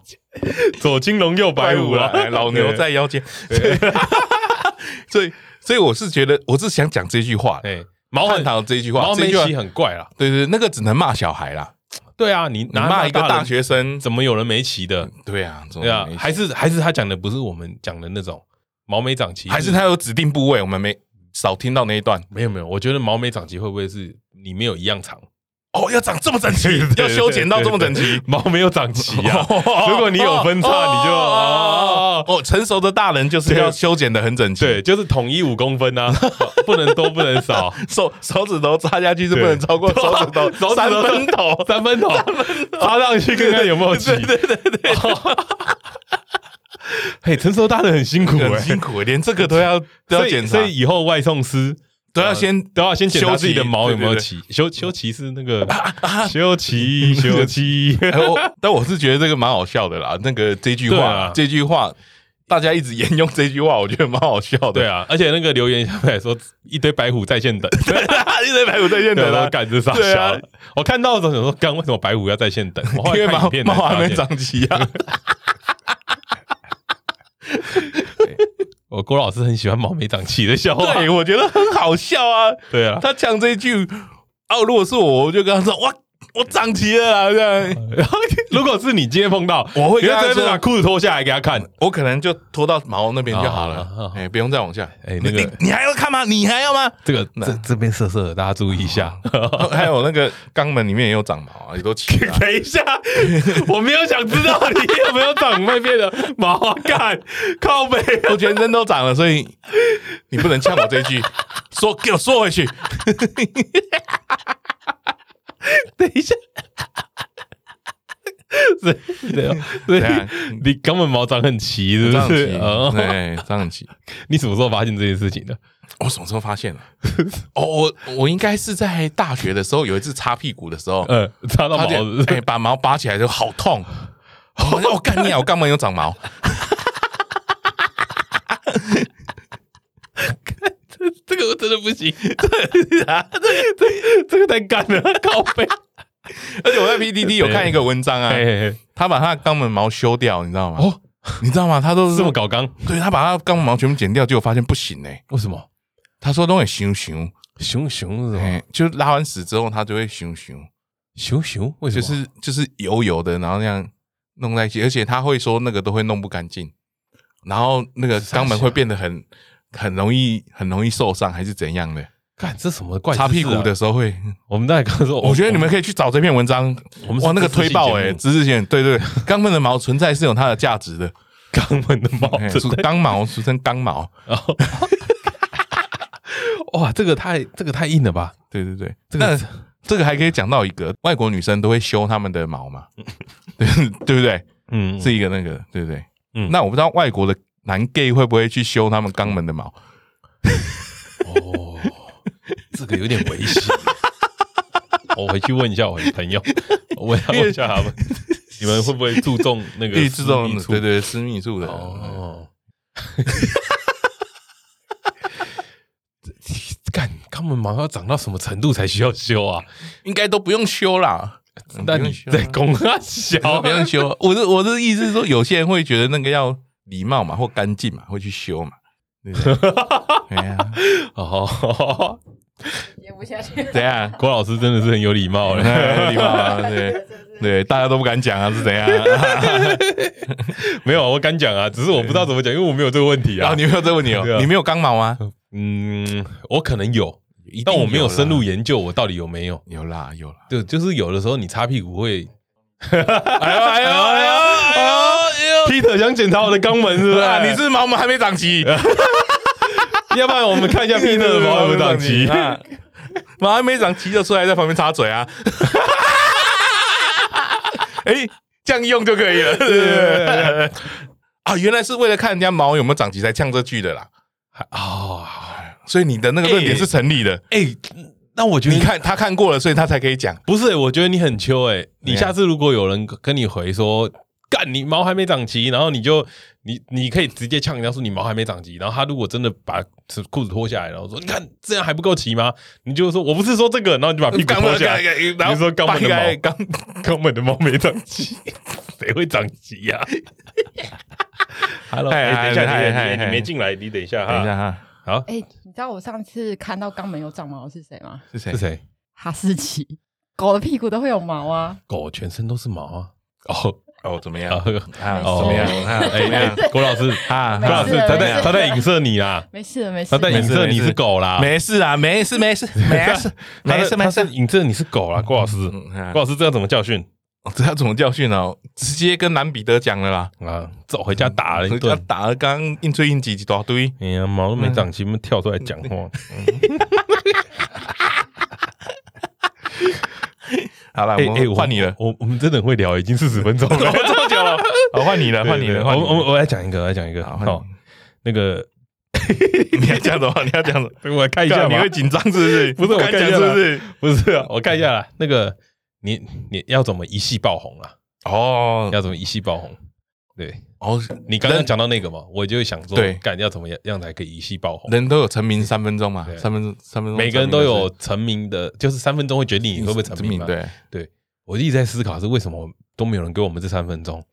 Speaker 1: 左青龙右白虎啦，
Speaker 2: 哎老牛在腰间。 所以所以我是觉得，我是想讲这句话
Speaker 1: 对，哎，毛
Speaker 2: 探
Speaker 1: 很
Speaker 2: 讨这句话，
Speaker 1: 毛
Speaker 2: 这
Speaker 1: 没
Speaker 2: 句话
Speaker 1: 骑很怪啦，
Speaker 2: 对对，那个只能骂小孩啦，
Speaker 1: 对啊，你
Speaker 2: 你
Speaker 1: 拿
Speaker 2: 骂一个
Speaker 1: 人
Speaker 2: 大，学生，
Speaker 1: 怎么有人没骑的？
Speaker 2: 对啊，怎么
Speaker 1: 对啊
Speaker 2: 没，
Speaker 1: 还是还是他讲的不是我们讲的那种毛没长齐，
Speaker 2: 还是他有指定部位，我们没少听到那一段。
Speaker 1: 没有没有，我觉得毛没长齐会不会是里面有一样长？
Speaker 2: 哦，要长这么整齐，
Speaker 1: 对
Speaker 2: 要修剪到这么整齐。！
Speaker 1: 毛没有长齐啊 如果你有分叉，你就
Speaker 2: 哦
Speaker 1: 哦，
Speaker 2: 哦，成熟的大人就是要修剪的很整齐，
Speaker 1: 对，，就是统一五公分啊， 不能多不能 少，
Speaker 2: 手手指头插下去是不
Speaker 1: 对
Speaker 2: 能超过手指
Speaker 1: 手
Speaker 2: 头
Speaker 1: 指头，
Speaker 2: 三分头
Speaker 1: 三分头，插上去看看有没有齐。对对对 嘿，成熟大人很 辛苦
Speaker 2: 很
Speaker 1: 哎，
Speaker 2: 辛苦，欸连这个都要都要
Speaker 1: 所以
Speaker 2: 检查
Speaker 1: 所，以以后外送师呃
Speaker 2: 都要先
Speaker 1: 都要先检查自己的毛有没有
Speaker 2: 修
Speaker 1: 齐。修修齐是那个
Speaker 2: 啊
Speaker 1: 修 齐修齐，
Speaker 2: 哎我但我是觉得这个蛮好笑的啦。那个这句
Speaker 1: 对
Speaker 2: 话，
Speaker 1: 啊
Speaker 2: 这句话，大家一直沿用这句话，我觉得蛮好笑的。
Speaker 1: 对啊，而且那个留言下 面还说一堆白虎在线 等。
Speaker 2: 对， 一堆排骨在线
Speaker 1: 对
Speaker 2: 等
Speaker 1: 我
Speaker 2: 啦，
Speaker 1: 赶着上
Speaker 2: 对
Speaker 1: 小
Speaker 2: 啊
Speaker 1: 了，我看到的时候想说，刚为什么白虎要在线等？啊我后
Speaker 2: 因为
Speaker 1: 来看
Speaker 2: 毛
Speaker 1: 影片 才
Speaker 2: 毛还
Speaker 1: 发
Speaker 2: 没
Speaker 1: 现，
Speaker 2: 长 齐啊。
Speaker 1: 我郭老师很喜欢毛没长齐的笑话。
Speaker 2: 对，我觉得很好笑啊。
Speaker 1: 对啊，
Speaker 2: 他讲这一句，哦，如果是我，我就跟他说，哇，我长齐了啊，这样。
Speaker 1: 然后如果是你今天碰到，
Speaker 2: 我会
Speaker 1: 你
Speaker 2: 跟他
Speaker 1: 会真的
Speaker 2: 说
Speaker 1: 把裤子脱下来给他看。
Speaker 2: 我可能就拖到毛那边就好
Speaker 1: 啊啊
Speaker 2: 了
Speaker 1: 啊，
Speaker 2: 哎，不用再往下。
Speaker 1: 哎
Speaker 2: 你
Speaker 1: 那个
Speaker 2: 你你还要看吗？你还 要吗？
Speaker 1: 这个这这边色色的，大家注意一下。
Speaker 2: 还有那个肛门里面也有长毛啊，也都齐了啊。
Speaker 1: 等一下，我没有想知道你有没有长外面的毛啊！干靠背，啊
Speaker 2: 我全身都长了，所以你不能呛我这一句，说给我缩回去。
Speaker 1: 等一下，对对
Speaker 2: 对啊
Speaker 1: 对，你肛门毛长很齐，是
Speaker 2: 张
Speaker 1: 不
Speaker 2: 很嗯
Speaker 1: 是
Speaker 2: 奇，？
Speaker 1: 哦
Speaker 2: 对，张很奇。
Speaker 1: 你什么时候发现这件事情的？
Speaker 2: 我什么时候发现了？哦，我我应该是在大学的时候有一次擦屁股的时候，
Speaker 1: 呃，插到
Speaker 2: 发
Speaker 1: 毛
Speaker 2: 现
Speaker 1: 子，
Speaker 2: 哎、把毛拔起来就好 痛。我说我干你啊！我肛门有长毛，
Speaker 1: 这个我真的不行，这个这这个太干了，靠背。
Speaker 2: 而且我在 PTT 有看一个文章啊，
Speaker 1: 哎，嘿
Speaker 2: 他把他的肛门毛修掉，你知道吗？
Speaker 1: 哦，
Speaker 2: 你知道吗？他都是
Speaker 1: 这么，搞刚，
Speaker 2: 对他把他的肛门毛全部剪掉，结果发现不行呢、欸
Speaker 1: 为什么？
Speaker 2: 他说都会熊熊，
Speaker 1: 熊熊是什么？
Speaker 2: 哎，就拉完屎之后他就会熊熊，
Speaker 1: 熊熊为什
Speaker 2: 就
Speaker 1: 么？
Speaker 2: 是就是油油的，然后那样弄在一起，而且他会说那个都会弄不干净，然后那个肛门会变得很
Speaker 1: 啊
Speaker 2: 很容易很容易受伤，还是怎样的？
Speaker 1: 干这什么怪
Speaker 2: 擦屁股
Speaker 1: 知识
Speaker 2: 的
Speaker 1: 啊？
Speaker 2: 时候会，
Speaker 1: 我们在刚说，
Speaker 2: 我觉得你们可以去找这篇文章，
Speaker 1: 我们是
Speaker 2: 哇那个
Speaker 1: 知识
Speaker 2: 推爆
Speaker 1: 性
Speaker 2: 哎、
Speaker 1: 节目
Speaker 2: 知识线，对对，肛门的毛存在是有它的价值的，
Speaker 1: 肛门的毛
Speaker 2: 哎
Speaker 1: 真
Speaker 2: 俗
Speaker 1: 的
Speaker 2: 肛毛俗称肛毛，
Speaker 1: 哇，这个太这个太硬了吧？
Speaker 2: 对对对，
Speaker 1: 这个
Speaker 2: 那这个还可以讲到一个，外国女生都会修她们的毛 嘛，对对不对？
Speaker 1: 嗯，
Speaker 2: 是一个那个，对不对？
Speaker 1: 嗯
Speaker 2: 那我不知道外国的男 gay 会不会去修他们肛门的毛，
Speaker 1: 哦，这个有点危险。我回去问一下我的朋友，我问问一下他们，你们会不会注重那个
Speaker 2: 对，这种
Speaker 1: 私密处
Speaker 2: 对对私密处的，
Speaker 1: 哦， 干他们忙要长到什么程度才需要修啊？
Speaker 2: 应该都不用修 啦。嗯
Speaker 1: 那你在公啊 小
Speaker 2: 然后不用修，我的我的意思是说，有些人会觉得那个要礼貌嘛，或干净嘛，会去修嘛。对不 对哎呀，
Speaker 1: 哦，
Speaker 3: 也不下去，
Speaker 2: 怎样？
Speaker 1: 郭老师真的是很有礼貌欸 嘞。
Speaker 2: 哎礼貌啊，对对，大家都不敢讲啊，是 怎样？
Speaker 1: 没有啊，我敢讲啊，只是我不知道怎么讲，因为我没有这个问题
Speaker 2: 然
Speaker 1: 啊
Speaker 2: 后。你没有这个问题哦
Speaker 1: 对啊，
Speaker 2: 你没有刚毛吗？
Speaker 1: 嗯，我可能有，
Speaker 2: 一定
Speaker 1: 但我没有
Speaker 2: 啦
Speaker 1: 深入，研究我到底有没有。
Speaker 2: 有啦有啦。
Speaker 1: 对，就是有的时候你擦屁股会
Speaker 2: 哎呦哎 呦哎呦哎呦哎呦！
Speaker 1: ，Peter 想检查我的肛门是不是？
Speaker 2: 啊，你是毛毛还没长齐，。
Speaker 1: 要不然我们看一下 Peter 的毛有没有长齐
Speaker 2: 啊毛还没长齐就出来在旁边插嘴啊。哎，这样用就可以了。对对对对啊，原来是为了看人家毛有没有长齐才呛这句的啦。
Speaker 1: 啊，
Speaker 2: 所以你的那个论点是成立的。
Speaker 1: 哎，那我觉得
Speaker 2: 你看他看过了，所以他才可以讲。
Speaker 1: 不是、我觉得你很秋哎、你
Speaker 2: 怎样
Speaker 1: 下次如果有人跟你回说干你毛还没长齐，然后你就你你可以直接呛人家说你毛还没长齐，然后他如果真的把裤子脱下来，然后说你看这样还不够齐吗？你就说我不是说这个，然后你就把屁股脱下来，
Speaker 2: 然后
Speaker 1: 你说肛门的毛
Speaker 2: 刚
Speaker 1: 根本的毛没长齐，谁会长齐呀、哈 Hello，
Speaker 2: 嗨
Speaker 1: 哎等一下，
Speaker 2: 嗨
Speaker 1: 等一下
Speaker 2: 嗨
Speaker 1: 你你
Speaker 2: 嗨
Speaker 1: 你没进来，你等一下
Speaker 2: 等一
Speaker 1: 哈。
Speaker 2: 下哈，
Speaker 1: 好，
Speaker 3: 哎、你知道我上次看到肛门有长毛的是谁吗？
Speaker 2: 是谁
Speaker 1: 是？谁？
Speaker 3: 哈士奇，狗的屁股都会有毛啊。
Speaker 1: 狗全身都是毛啊！哦，
Speaker 2: 哦，怎么样？
Speaker 1: 然
Speaker 2: 啊，
Speaker 1: 后
Speaker 2: 哦怎么样？啊，怎么样？
Speaker 1: 哎， 郭老师，
Speaker 2: 啊，
Speaker 1: 郭老
Speaker 3: 没
Speaker 1: 师
Speaker 3: 事
Speaker 1: 他
Speaker 3: 没
Speaker 1: 在
Speaker 3: 事
Speaker 1: 他在影射你啦。
Speaker 3: 没事没事
Speaker 1: 他，在啊影射你是狗啦，
Speaker 2: 没事啊，没事，没事，没事，
Speaker 1: 他
Speaker 2: 没
Speaker 1: 在
Speaker 2: 事，没
Speaker 1: 他
Speaker 2: 事
Speaker 1: 在。影射你是狗啦，郭老师，
Speaker 2: 嗯啊
Speaker 1: 郭老师这要怎么教训
Speaker 2: 哦这要怎么教训呢？直接跟南彼得讲了啦，
Speaker 1: 啊？走回家打了一
Speaker 2: 人嗯家
Speaker 1: 顿，
Speaker 2: 打了，刚刚硬追硬挤一大堆。
Speaker 1: 哎呀，毛都没长齐，们跳出来讲
Speaker 2: 嗯
Speaker 1: 话，
Speaker 2: 好了，
Speaker 1: 哎
Speaker 2: 我
Speaker 1: 哎，
Speaker 2: 们
Speaker 1: 我
Speaker 2: 换你 了，
Speaker 1: 我我们真的很会聊，已经四十分钟
Speaker 2: 怎么
Speaker 1: 了，
Speaker 2: 这么久了？好，哦换你了，换你
Speaker 1: 对对
Speaker 2: 了，换你
Speaker 1: 我我
Speaker 2: 了。
Speaker 1: 我来讲一个，我来讲一个，
Speaker 2: 好换你
Speaker 1: 好，那个
Speaker 2: 你要这样子吗？你要这样子，
Speaker 1: 我来看一下
Speaker 2: 干
Speaker 1: 吧
Speaker 2: 你，会紧张是不是？
Speaker 1: 不是我
Speaker 2: 敢
Speaker 1: 看一
Speaker 2: 讲
Speaker 1: 下
Speaker 2: 是
Speaker 1: 啦
Speaker 2: 不是？
Speaker 1: 不是啊，我看一下啦，那个你你要怎么一夕爆红啦？
Speaker 2: 哦
Speaker 1: 要怎么一夕爆红？对
Speaker 2: 哦，
Speaker 1: 你刚刚
Speaker 2: 人
Speaker 1: 讲到那个嘛，我就会想说，
Speaker 2: 对
Speaker 1: 干要怎么样样才可以一夕爆红？
Speaker 2: 人都有成名三分钟嘛
Speaker 1: 对，
Speaker 2: 三分钟，三分钟，
Speaker 1: 每个人都有成名的，就是三分钟会决定你会不会成名嘛。
Speaker 2: 对
Speaker 1: 我一直在思考是为什么都没有人给我们这三分钟。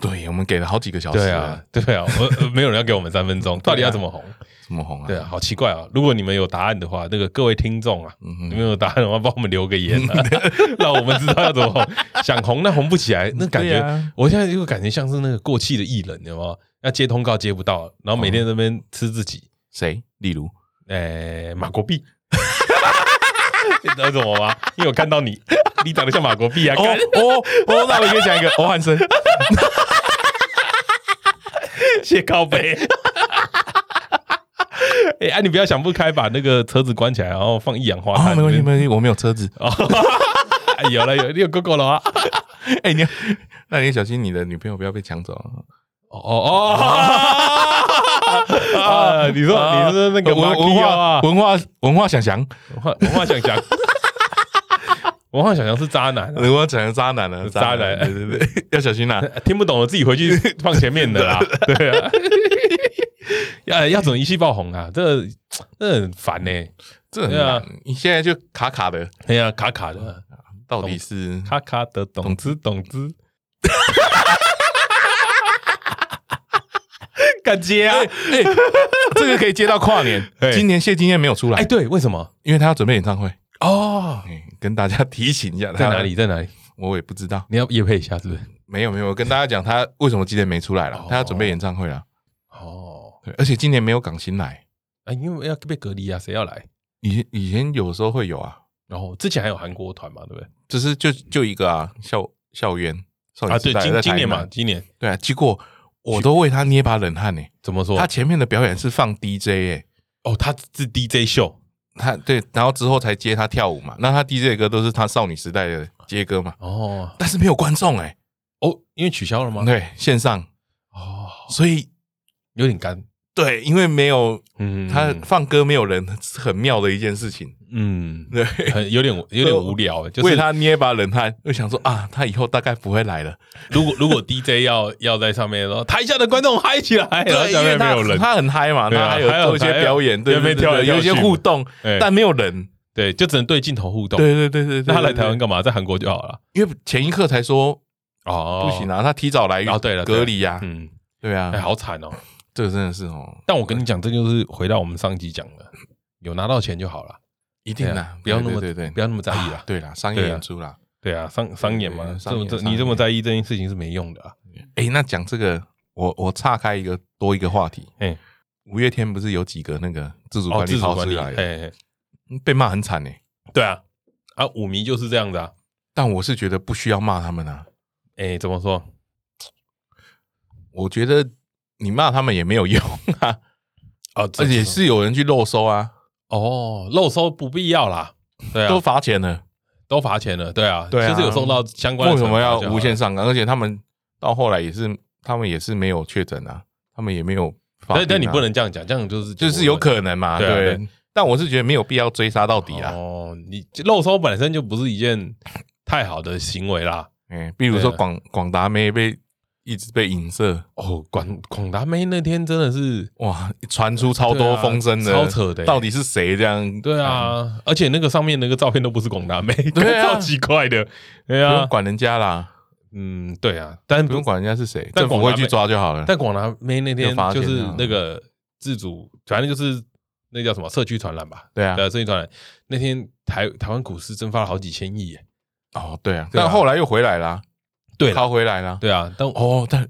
Speaker 2: 对，我们给了好几个小时，
Speaker 1: 对啊，， 对啊，我呃没有人要给我们三分 钟，到底要怎么红？
Speaker 2: 怎么红啊？
Speaker 1: 对啊，，好奇怪啊！如果你们有答案的话，那个各位听众啊，
Speaker 2: 嗯
Speaker 1: 你
Speaker 2: 哼，
Speaker 1: 们有答案的话，帮我们留个言 啊， 让我们知道要怎么红。想红那红不起来，那感
Speaker 2: 对
Speaker 1: 觉、
Speaker 2: 啊
Speaker 1: 我现在就感觉像是那个过气的艺人，有没有？要接通告接不到，然后每天在那边吃自己。
Speaker 2: 谁？例如，
Speaker 1: 诶、马国碧， 你知道为什么吗？因为我看到你，你长得像马国碧啊！
Speaker 2: 哦
Speaker 1: 干
Speaker 2: 哦哦，那我跟你讲一个欧 汉声，
Speaker 1: 谢高北。 哎、啊，你不要想不开，把那个车子关起来，然后放一氧化
Speaker 2: 哦，
Speaker 1: 碳。
Speaker 2: 没关系，没关系，我没有车子。
Speaker 1: 哎有了有，你有 GoGo 了啊！
Speaker 2: 哎，你要，那你要小心你的女朋友不要被抢走啊。
Speaker 1: 哦哦啊！你说你是那个
Speaker 2: 呃文
Speaker 1: Marquis
Speaker 2: 文化
Speaker 1: 啊？
Speaker 2: 文化文化想想，
Speaker 1: 文化文化想 象，文化想象是渣男啊、
Speaker 2: 文化想想渣男 了，
Speaker 1: 渣男
Speaker 2: 对对对， 要小心啊啦。
Speaker 1: 听不懂的自己回 去放前面的啦。对啊， 要要怎么一气爆红啊？这个这很烦呢、
Speaker 2: 这很
Speaker 1: 对啊
Speaker 2: 难，你现在就卡卡的，
Speaker 1: 哎呀，卡卡的，
Speaker 2: 到底是
Speaker 1: 卡卡的，懂之懂 之。敢接啊！
Speaker 2: 哎，这个可以接到跨 年
Speaker 1: 哎。
Speaker 2: 今年谢金燕没有出
Speaker 1: 哎，
Speaker 2: 来，
Speaker 1: 对，为什么？
Speaker 2: 因为她要准备演唱会。
Speaker 1: 哦，
Speaker 2: 哎跟大家 提醒一下，
Speaker 1: 在
Speaker 2: 她
Speaker 1: 哪里？？在哪里？
Speaker 2: 我也不知道。
Speaker 1: 你要夜配一下，是不是？
Speaker 2: 没有没有，我跟大家讲，她为什么今年没出来
Speaker 1: 哦
Speaker 2: 了？她要准备演唱会了。
Speaker 1: 哦，
Speaker 2: 对，而且今年没有港星来，
Speaker 1: 哎，因为要被隔离啊，谁要来？
Speaker 2: 以前以前有时候会有啊，
Speaker 1: 然后之前还有韩国团嘛，对不对？
Speaker 2: 就是就就一个啊，校校园少
Speaker 1: 啊，
Speaker 2: 女
Speaker 1: 对
Speaker 2: 时代，
Speaker 1: 今
Speaker 2: 在
Speaker 1: 今
Speaker 2: 台
Speaker 1: 年嘛，
Speaker 2: 南，
Speaker 1: 今年
Speaker 2: 对啊，结果我都为她捏把冷汗呢。
Speaker 1: 怎么说？
Speaker 2: 她前面的表演是放 DJ 哎，
Speaker 1: 哦，他是 DJ 秀
Speaker 2: 她对，然后之后才接她跳舞嘛，那她 DJ 的歌都是她少女时代的接歌嘛，
Speaker 1: 哦
Speaker 2: 但是没有观众哎，
Speaker 1: 哦，因为取消了吗？
Speaker 2: 对，线上，
Speaker 1: 哦，
Speaker 2: 所以
Speaker 1: 有点干
Speaker 2: 对，因为没有
Speaker 1: 嗯，
Speaker 2: 他放歌没有人，是很妙的一件事情。
Speaker 1: 嗯，
Speaker 2: 对，
Speaker 1: 很有点有点无聊，就
Speaker 2: 呃为
Speaker 1: 是
Speaker 2: 他捏把冷汗，就想说啊，他以后大概不会来了。
Speaker 1: 如果如果 DJ 要要在上面，然后台下的观众嗨起来，然后
Speaker 2: 对，
Speaker 1: 下
Speaker 2: 因
Speaker 1: 面
Speaker 2: 为
Speaker 1: 啊没
Speaker 2: 他
Speaker 1: 有人，
Speaker 2: 他很嗨嘛，
Speaker 1: 对啊
Speaker 2: 他还有
Speaker 1: 还有
Speaker 2: 做一些表演，
Speaker 1: 还
Speaker 2: 对
Speaker 1: 有
Speaker 2: 对对
Speaker 1: 跳来
Speaker 2: 对，
Speaker 1: 跳
Speaker 2: 有一些
Speaker 1: 去
Speaker 2: 互动，
Speaker 1: 哎
Speaker 2: 但没有人。
Speaker 1: 对，就只能对镜头互动。
Speaker 2: 对对对对对，
Speaker 1: 那他来台湾
Speaker 2: 对，
Speaker 1: 干嘛？在韩国就好了。
Speaker 2: 对因为前一刻才说
Speaker 1: 哦，
Speaker 2: 不行啊，他提早来
Speaker 1: 哦对了对了
Speaker 2: 隔离呀，
Speaker 1: 嗯，
Speaker 2: 对啊
Speaker 1: 哎，，好惨哦。
Speaker 2: 这个真的是哦，
Speaker 1: 但我跟你讲，这就是回到我们上集讲的，有拿到钱就好了，
Speaker 2: 一定
Speaker 1: 对
Speaker 2: 的
Speaker 1: 啊，不要那么
Speaker 2: 对对
Speaker 1: 不要那么在意
Speaker 2: 啊
Speaker 1: 啦。
Speaker 2: 对啦，商业
Speaker 1: 对啊
Speaker 2: 演出啦。
Speaker 1: 对啊，商商演
Speaker 2: 对
Speaker 1: 嘛
Speaker 2: 对，
Speaker 1: 这
Speaker 2: 商演
Speaker 1: 种这
Speaker 2: 商
Speaker 1: 你
Speaker 2: 演
Speaker 1: 这么在意这件事情是没用的啊。
Speaker 2: 哎、那讲这个，我我岔开一个多一个话题。
Speaker 1: 哎
Speaker 2: 五月天不是有几个那个自主
Speaker 1: 哦，
Speaker 2: 管
Speaker 1: 自
Speaker 2: 理
Speaker 1: 主
Speaker 2: 跑
Speaker 1: 管
Speaker 2: 出
Speaker 1: 理，
Speaker 2: 来
Speaker 1: 哎
Speaker 2: 的，嗯
Speaker 1: 哎，哎
Speaker 2: 被骂很惨呢、
Speaker 1: 对啊，啊，舞迷就是这样子啊。
Speaker 2: 但我是觉得不需要骂他们啊，
Speaker 1: 哎，怎么说？
Speaker 2: 我觉得你骂他们也没有用 啊，
Speaker 1: 啊，
Speaker 2: 而且是有人去漏收啊，
Speaker 1: 哦，漏收不必要啦。对啊，
Speaker 2: 都
Speaker 1: 都
Speaker 2: 罚钱了，
Speaker 1: 都罚钱了，对啊，
Speaker 2: 对啊
Speaker 1: 就是有送到相关的
Speaker 2: 为什么
Speaker 1: 惩罚
Speaker 2: 要
Speaker 1: 就好了啊
Speaker 2: 无限上纲？而且他们到后来也是，他们也是没有确诊啊，他们也没有罚、啊。
Speaker 1: 但但你不，能这样讲，这样就是
Speaker 2: 就是有可能嘛，
Speaker 1: 对
Speaker 2: 对,、
Speaker 1: 啊
Speaker 2: 但我是觉得没有必要追杀到底啊啦。
Speaker 1: 哦，你漏收本身就不是一件太好的行为啦。
Speaker 2: 嗯、比如说
Speaker 1: 对啊
Speaker 2: 广广达妹被一直被影射。
Speaker 1: 哦，广广达妹那天真的是，
Speaker 2: 哇，传出超多风声的，
Speaker 1: 对啊超扯的欸
Speaker 2: 到底是谁这样？
Speaker 1: 对啊，而且那个上面那个照片都不是广达妹，
Speaker 2: 对啊
Speaker 1: 超奇怪的，对
Speaker 2: 嗯，
Speaker 1: 啊
Speaker 2: 不用，管人家啦，
Speaker 1: 嗯，对啊，但
Speaker 2: 不用，管人家是谁，
Speaker 1: 但
Speaker 2: 政府
Speaker 1: 广
Speaker 2: 会
Speaker 1: 达
Speaker 2: 去
Speaker 1: 妹
Speaker 2: 抓就好了。
Speaker 1: 但广达妹那天
Speaker 2: 有罚钱
Speaker 1: 就
Speaker 2: 啊
Speaker 1: 是那个自主，反正就是那叫什么社区传染吧，
Speaker 2: 对啊
Speaker 1: 对，啊，社区传染那天台台湾股市蒸发了好几千亿耶，
Speaker 2: 哦，对啊，
Speaker 1: 对啊
Speaker 2: 但后来又回来啦，
Speaker 1: 对啦
Speaker 2: 逃回来啦。
Speaker 1: 对啊，但哦，
Speaker 2: 哦，但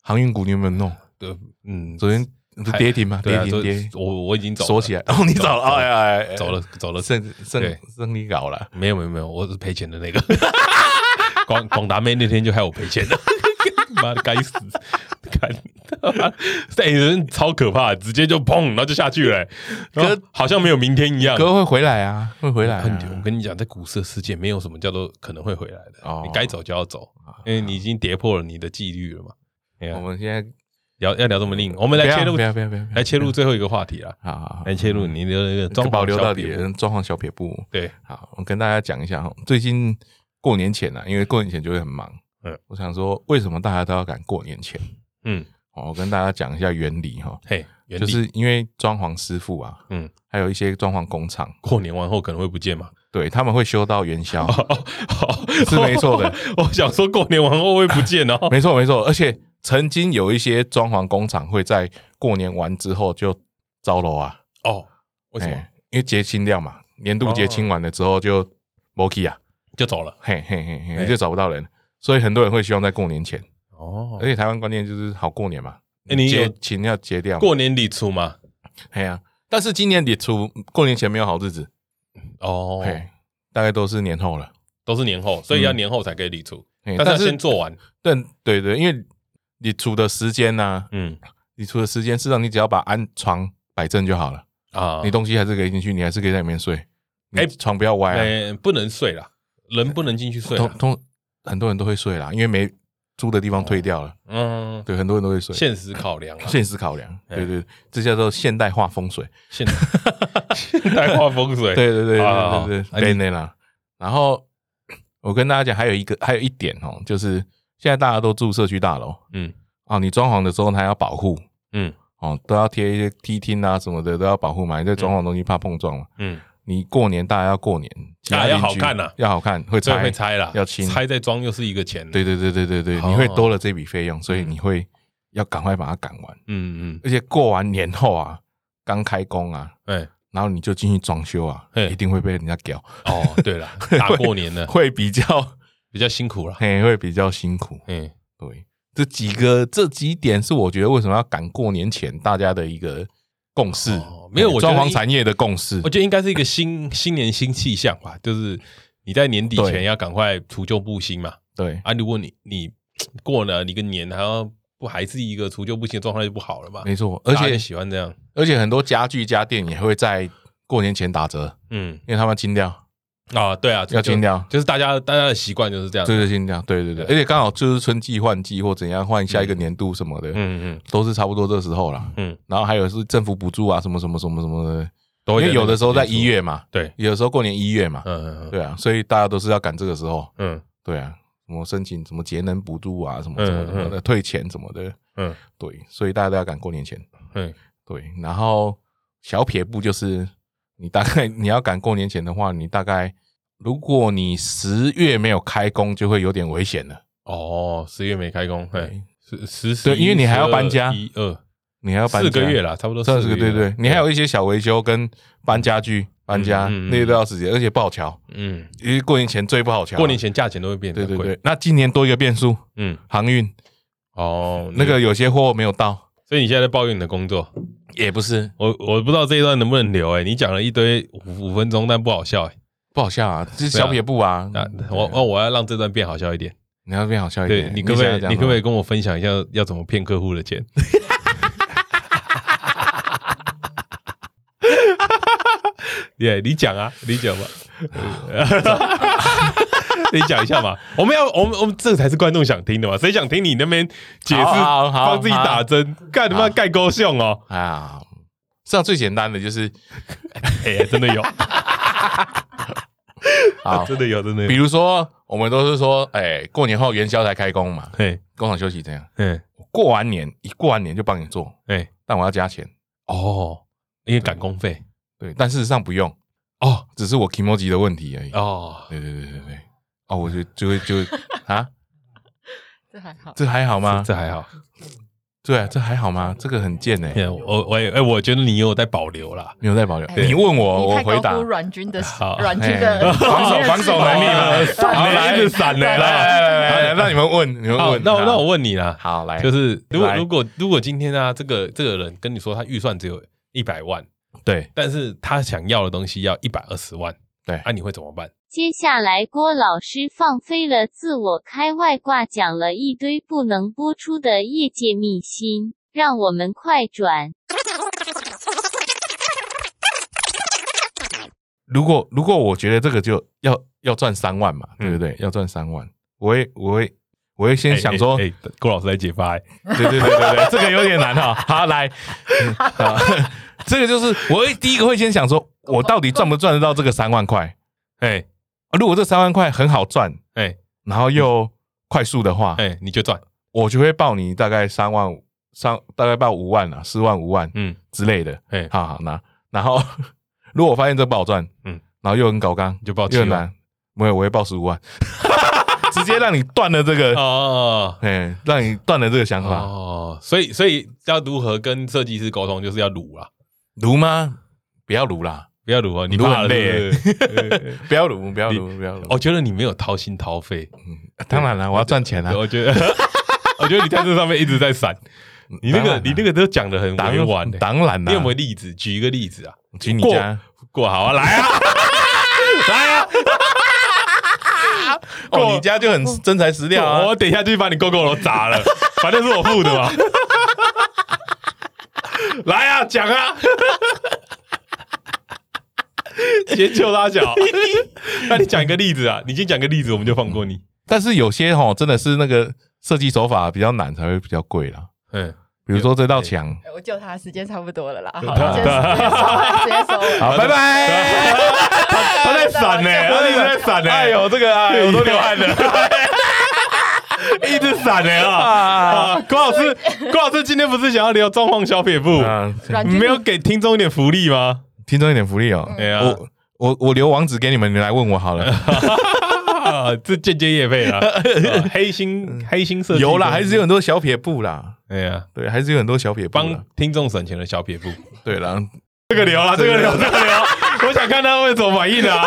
Speaker 2: 航运股你有没有弄？
Speaker 1: 对，嗯，
Speaker 2: 昨天不是跌停吗？
Speaker 1: 对
Speaker 2: 跌
Speaker 1: 啊，
Speaker 2: 停
Speaker 1: 昨
Speaker 2: 跌，
Speaker 1: 我我已经走了
Speaker 2: 锁起来。 哦，你走了，哎呀哎呀，
Speaker 1: 走了，走了，
Speaker 2: 胜胜
Speaker 1: 对
Speaker 2: 胜利搞了。
Speaker 1: 没有没有没有，我是赔钱的那个。 广广达妹那天就害我赔钱的， 妈的该死！看，哎，人超可怕，直接就砰，然后就下去了、欸，然后
Speaker 2: 哥
Speaker 1: 好像没有明天一样。
Speaker 2: 哥会回来啊，会回来啊。
Speaker 1: 嗯很我跟你讲，在股市的世界，没有什么叫做可能会回来的，
Speaker 2: 哦啊
Speaker 1: 你该走就要走，因为你已经跌破了你的纪律了嘛。哎呀
Speaker 2: 我们现在
Speaker 1: 聊要聊这么硬，我们
Speaker 2: 不
Speaker 1: 来
Speaker 2: 要
Speaker 1: 切入
Speaker 2: 不要不要不要不要嗯
Speaker 1: 来切入最后一个话题啦，
Speaker 2: 好好，好
Speaker 1: 来切入你的那个装
Speaker 2: 就
Speaker 1: 潢
Speaker 2: 保留
Speaker 1: 小
Speaker 2: 到
Speaker 1: 撇
Speaker 2: 底
Speaker 1: 步，
Speaker 2: 装潢小撇步。
Speaker 1: 对，
Speaker 2: 好，我跟大家讲一下哈，最近过年前啊，因为过年前就会很忙。
Speaker 1: 嗯
Speaker 2: 嗯，我想说，为什么大家都要赶过年前？
Speaker 1: 嗯，
Speaker 2: 哦，我跟大家讲一下原理哈，
Speaker 1: 嘿，原
Speaker 2: 就
Speaker 1: 地
Speaker 2: 是因为装潢师傅啊，
Speaker 1: 嗯
Speaker 2: 嗯，还有一些装潢工厂，
Speaker 1: 过年完后可能会不见嘛。
Speaker 2: 对他们会修到元宵，
Speaker 1: 哦，好
Speaker 2: 是没错的。
Speaker 1: 我想说过年完后会不见哦。
Speaker 2: 没错没错。而且曾经有一些装潢工厂会在过年完之后就招楼啊，
Speaker 1: 哦，为什么
Speaker 2: 哎因为结清掉嘛，年度结清完了之后就 m o k 啊，
Speaker 1: 就走了？
Speaker 2: 嘿嘿嘿嘿，
Speaker 1: 哎
Speaker 2: 你就找不到人，所以很多人会希望在过年前。
Speaker 1: 哦
Speaker 2: 而，且台湾观念就是好过年嘛，
Speaker 1: 哎你有
Speaker 2: 节请要节掉嘛，
Speaker 1: 过年礼出嘛？
Speaker 2: 哎呀、但是今年也出过年前没有好日子，
Speaker 1: 哦，
Speaker 2: 嘿，大概都是年后了。
Speaker 1: 都是年后，所以要年后才可以礼出，
Speaker 2: 嘿
Speaker 1: 但是要
Speaker 2: 嗯但
Speaker 1: 先
Speaker 2: 是
Speaker 1: 做完。
Speaker 2: 但对对，因为你出的时间呐、
Speaker 1: 嗯
Speaker 2: 你出的时间，事实上你只要把安床摆正就好了，
Speaker 1: 啊，
Speaker 2: 你东西还是可以进去，你还是可以在里面睡，哎，
Speaker 1: 哎
Speaker 2: 床不要歪啊。
Speaker 1: 哎不能睡啦，人不能进去睡啊
Speaker 2: 通
Speaker 1: 啦。
Speaker 2: 通很多人都会睡啦，因为没租的地
Speaker 1: 哦
Speaker 2: 方退掉了，
Speaker 1: 嗯，
Speaker 2: 对，很多人都会睡。
Speaker 1: 现实考量啊，
Speaker 2: 现实考量，
Speaker 1: 哎
Speaker 2: 对对，这叫做现代化风水。
Speaker 1: 现 现代化风水。
Speaker 2: 对对对
Speaker 1: 好好
Speaker 2: 对对
Speaker 1: 好
Speaker 2: 对，对内啦。然后我跟大家讲，还有一个，还有一点哦，就是现在大家都住社区大楼
Speaker 1: 嗯
Speaker 2: 啊，你装潢的时候它要保护
Speaker 1: 嗯
Speaker 2: 哦，都要贴一些梯厅啊什么的，都要保护嘛。你在装潢的东西怕碰撞嘛。
Speaker 1: 嗯，
Speaker 2: 你过年大家要过年，其他
Speaker 1: 啊要
Speaker 2: 邻居
Speaker 1: 好看啊
Speaker 2: 要好看，会
Speaker 1: 所以
Speaker 2: 拆
Speaker 1: 会。拆啦，
Speaker 2: 要清
Speaker 1: 拆再装又是一个钱。，
Speaker 2: 对对对对对对，
Speaker 1: 哦
Speaker 2: 你会多了这笔费用，所以你会要赶快把它赶完。
Speaker 1: 嗯嗯，
Speaker 2: 而且过完年后啊，刚开工啊，
Speaker 1: 哎，
Speaker 2: 然后你就进去装修啊，
Speaker 1: 嘿
Speaker 2: 一定会被人家屌，
Speaker 1: 哦，对 了，大过年的
Speaker 2: 会比较
Speaker 1: 比较辛苦啦。
Speaker 2: 嘿，会比较辛苦。
Speaker 1: 嗯，
Speaker 2: 对，这几个这几点是我觉得为什么要赶过年前大家的一个共识。
Speaker 1: 哦没有
Speaker 2: 嘿
Speaker 1: 我觉
Speaker 2: 装
Speaker 1: 得
Speaker 2: 潢
Speaker 1: 一
Speaker 2: 产业的共识
Speaker 1: 我。觉得应该是一个新新年新气象吧，就是你在年底
Speaker 2: 对
Speaker 1: 前要赶快除旧布新嘛。
Speaker 2: 对
Speaker 1: 啊，如果你你过了一个年，还要不还是一个除旧布新的状态就不好了嘛。
Speaker 2: 没错，而
Speaker 1: 大家就
Speaker 2: 且
Speaker 1: 喜欢这样，
Speaker 2: 而且很多家具家电也会在过年前打折，
Speaker 1: 嗯，
Speaker 2: 因为他们清掉。
Speaker 1: 啊，对啊，
Speaker 2: 要清掉
Speaker 1: 就就是大家大家的习惯就是这样，
Speaker 2: 这是新疆，对对对，而且刚好就是春季换季或怎样换下一个年度什么的，
Speaker 1: 嗯嗯，
Speaker 2: 都是差不多这时候啦。
Speaker 1: 嗯
Speaker 2: 嗯，然后还有是政府补助啊，什么什么什么什么的，
Speaker 1: 都会
Speaker 2: 因为有的时候在
Speaker 1: 那个
Speaker 2: 一月嘛，
Speaker 1: 对，
Speaker 2: 有的时候过年一月嘛，
Speaker 1: 嗯嗯
Speaker 2: 对啊，所以大家都是要赶这个时候，
Speaker 1: 嗯
Speaker 2: 对啊，什么申请什么节能补助啊，什么
Speaker 1: 嗯
Speaker 2: 什么什么
Speaker 1: 嗯
Speaker 2: 的，退钱什么的，
Speaker 1: 嗯
Speaker 2: 对，所以大家都要赶过年前，
Speaker 1: 嗯
Speaker 2: 对，然后小撇步就是你大概你要赶过年前的话，你大概如果你十月没有开工，就会有点危险了，
Speaker 1: 哦，十月没开工，哎，
Speaker 2: 对，
Speaker 1: 十十十
Speaker 2: 对
Speaker 1: 一
Speaker 2: 因为你还要
Speaker 1: 十二
Speaker 2: 搬家
Speaker 1: 一二
Speaker 2: 你还要搬
Speaker 1: 四个
Speaker 2: 家
Speaker 1: 月啦，差不多
Speaker 2: 算
Speaker 1: 四
Speaker 2: 是
Speaker 1: 个
Speaker 2: 个
Speaker 1: 月
Speaker 2: 对
Speaker 1: 啦，
Speaker 2: 对，你还有一些小维修跟搬家具、搬家
Speaker 1: 嗯嗯嗯
Speaker 2: 那些都要时间，而且不好瞧，
Speaker 1: 嗯，
Speaker 2: 因为过年前最不好瞧。啊
Speaker 1: 过年，前价钱都会变
Speaker 2: 对
Speaker 1: 得
Speaker 2: 对
Speaker 1: 贵，
Speaker 2: 对。那今年多一个变数，
Speaker 1: 嗯，
Speaker 2: 航运
Speaker 1: 哦，
Speaker 2: 那个有些货没有到，
Speaker 1: 所以你现在在抱怨你的工作，
Speaker 2: 也不是
Speaker 1: 我我不知道这一段能不能留哎、你讲了一堆五五分钟，但不好笑哎、
Speaker 2: 不好笑啊，这是小撇步啊。
Speaker 1: 啊，我哦，我要让这段变好笑一点。
Speaker 2: 你要变好笑一
Speaker 1: 对
Speaker 2: 点，
Speaker 1: 你可不可以，
Speaker 2: 想要
Speaker 1: 你可不可以
Speaker 2: 讲什么？
Speaker 1: 跟我分享一下要怎么骗客户的钱？ 耶、你讲啊，你讲吧， 你讲一下嘛。我们要，我们我们这才是观众想听的嘛。谁想听你那边解释，
Speaker 2: 好好好
Speaker 1: 帮自己打针，干他妈
Speaker 2: 好
Speaker 1: 盖勾胸哦？
Speaker 2: 啊，这样最简单的就是
Speaker 1: 哎、真的 有，，
Speaker 2: 啊
Speaker 1: 真的有，真的
Speaker 2: 比
Speaker 1: 有。
Speaker 2: 如说我们都是说，哎，过年后元宵才开工嘛，
Speaker 1: 嘿，
Speaker 2: 工厂休息这样。
Speaker 1: 嗯，
Speaker 2: 过完年一过完年就帮你做，
Speaker 1: 哎，
Speaker 2: 但我要加钱。
Speaker 1: 哦，因为赶工费，
Speaker 2: 对，但事实上不用，
Speaker 1: 哦
Speaker 2: 只是我 k i m o j i 的问题而已。
Speaker 1: 哦，
Speaker 2: 对对对对对，哦，我就就会就 啊，
Speaker 3: 这还好。
Speaker 2: 这还好吗？
Speaker 1: 这还好。
Speaker 2: 对啊，这还好吗？这个很贱哎、
Speaker 1: 对我我也哎，我觉得你有在保留啦。
Speaker 2: 没有在保留。
Speaker 3: 哎
Speaker 2: 你问我，
Speaker 3: 你
Speaker 2: 我
Speaker 3: 太
Speaker 2: 回答
Speaker 3: 高估。阮军的
Speaker 1: 好
Speaker 3: 阮军
Speaker 2: 哎
Speaker 3: 的
Speaker 2: 防守防守能力嘛
Speaker 1: 闪
Speaker 2: 好
Speaker 1: 呢，
Speaker 2: 来
Speaker 1: 一直闪呢
Speaker 2: 来来
Speaker 1: 啦。
Speaker 2: 来来来，那你们问，你们
Speaker 1: 好，
Speaker 2: 问。
Speaker 1: 那我
Speaker 2: 好
Speaker 1: 那我问你啦，
Speaker 2: 好来，
Speaker 1: 就是如果
Speaker 2: 来
Speaker 1: 如果如果今天啊，这个这个人跟你说他预算只有一百万，
Speaker 2: 对
Speaker 1: 但是他想要的东西要一百二十万，
Speaker 2: 对
Speaker 1: 啊，你会怎么办？
Speaker 4: 接下来，郭老师放飞了自我开外挂，讲了一堆不能播出的业界秘辛，让我们快转。
Speaker 2: 如果如果我觉得这个就要要赚三万嘛，对不对？要赚三万，我会我会我会先想
Speaker 1: 嗯哎，
Speaker 2: 说，对
Speaker 1: 哎哎郭老师来解发，哎
Speaker 2: 对对对对，这个有点 难哈。好来，嗯好 这个就是我会第一个会先想说，我到底赚不赚得到这个三万块？
Speaker 1: 哎
Speaker 2: 啊如果这三万块很好赚，
Speaker 1: 哎
Speaker 2: 然后又快速的话，
Speaker 1: 哎，你就赚，
Speaker 2: 我就会报你大概三万五，三大概报五万啊，四万五万
Speaker 1: 嗯，
Speaker 2: 之类的。
Speaker 1: 哎，
Speaker 2: 好好拿，然后 如果我发现这不好赚，
Speaker 1: 嗯
Speaker 2: 嗯，然后又很搞刚，
Speaker 1: 你就报七
Speaker 2: 又很
Speaker 1: 万
Speaker 2: 难，没有，我会报十五万， 直接让你断了这 个，
Speaker 1: 哦
Speaker 2: 哎，让你断了这个想法，
Speaker 1: 哦，所以所以要如何跟设计师沟通，就是要撸啊，
Speaker 2: 如吗？不要如啦，
Speaker 1: 不要撸啊，你
Speaker 2: 撸
Speaker 1: 怕
Speaker 2: 很
Speaker 1: 了
Speaker 2: 累
Speaker 1: 是不是哎
Speaker 2: 不要如，不要如，
Speaker 1: 你哦
Speaker 2: 不要如。
Speaker 1: 我觉得你没有掏心掏肺，
Speaker 2: 啊当然了，我要赚钱啊
Speaker 1: 对，我觉得， 我觉得你在这上面一直在闪，你那
Speaker 2: 当
Speaker 1: 个
Speaker 2: 然啦
Speaker 1: 你那个都讲的很
Speaker 2: 当
Speaker 1: 委婉、欸，
Speaker 2: 当然
Speaker 1: 你
Speaker 2: 啦，
Speaker 1: 有没有例子？举一个例子啊，
Speaker 2: 去你
Speaker 1: 过
Speaker 2: 家？
Speaker 1: 过好啊，来 啊，来啊，过
Speaker 2: 哦，你家就很真材实料啊
Speaker 1: 我，等一下就去把你勾勾楼砸 了，反正是我付的嘛，来啊，讲啊。先求拉脚，那你讲一个例子啊？你先讲个例子，我们就放过你。
Speaker 2: 但是有些哈，真的是那个设计手法比较难，才会比较贵啦。
Speaker 1: 嗯，
Speaker 2: 比如说这道墙，啊
Speaker 3: 哎我救他，时间差不多了啦，好，
Speaker 1: 他
Speaker 3: 直接直接收尾，直接收尾。
Speaker 2: 好，拜拜。
Speaker 1: 他在闪呢、 他一直在闪呢、
Speaker 2: 哎呦，这个啊，
Speaker 1: 我
Speaker 2: 我
Speaker 1: 都
Speaker 2: 都
Speaker 1: 流
Speaker 2: 流
Speaker 1: 汗
Speaker 2: 汗了。
Speaker 1: 一直闪呢、啊！
Speaker 2: 啊，
Speaker 1: 啊，郭老师，郭老师今天不是想要聊状况小撇步，
Speaker 3: 阮
Speaker 1: 你
Speaker 3: 军
Speaker 1: 没有给听众一点福利吗？
Speaker 2: 听众一点福利哦。
Speaker 1: 哎呀，
Speaker 2: 我我我留网址给你们，你们来问我好 了。
Speaker 1: 啊 这间接业配啊，啊 黑心黑心设计
Speaker 2: 有啦，还是有很多小撇步啦。
Speaker 1: 哎呀，
Speaker 2: 对，还是有很多小撇步啦。
Speaker 1: 帮听众省钱的小撇步，
Speaker 2: 对啦，
Speaker 1: 这个聊啦，啊这个聊，这个 聊，我想看他会怎么反应啊。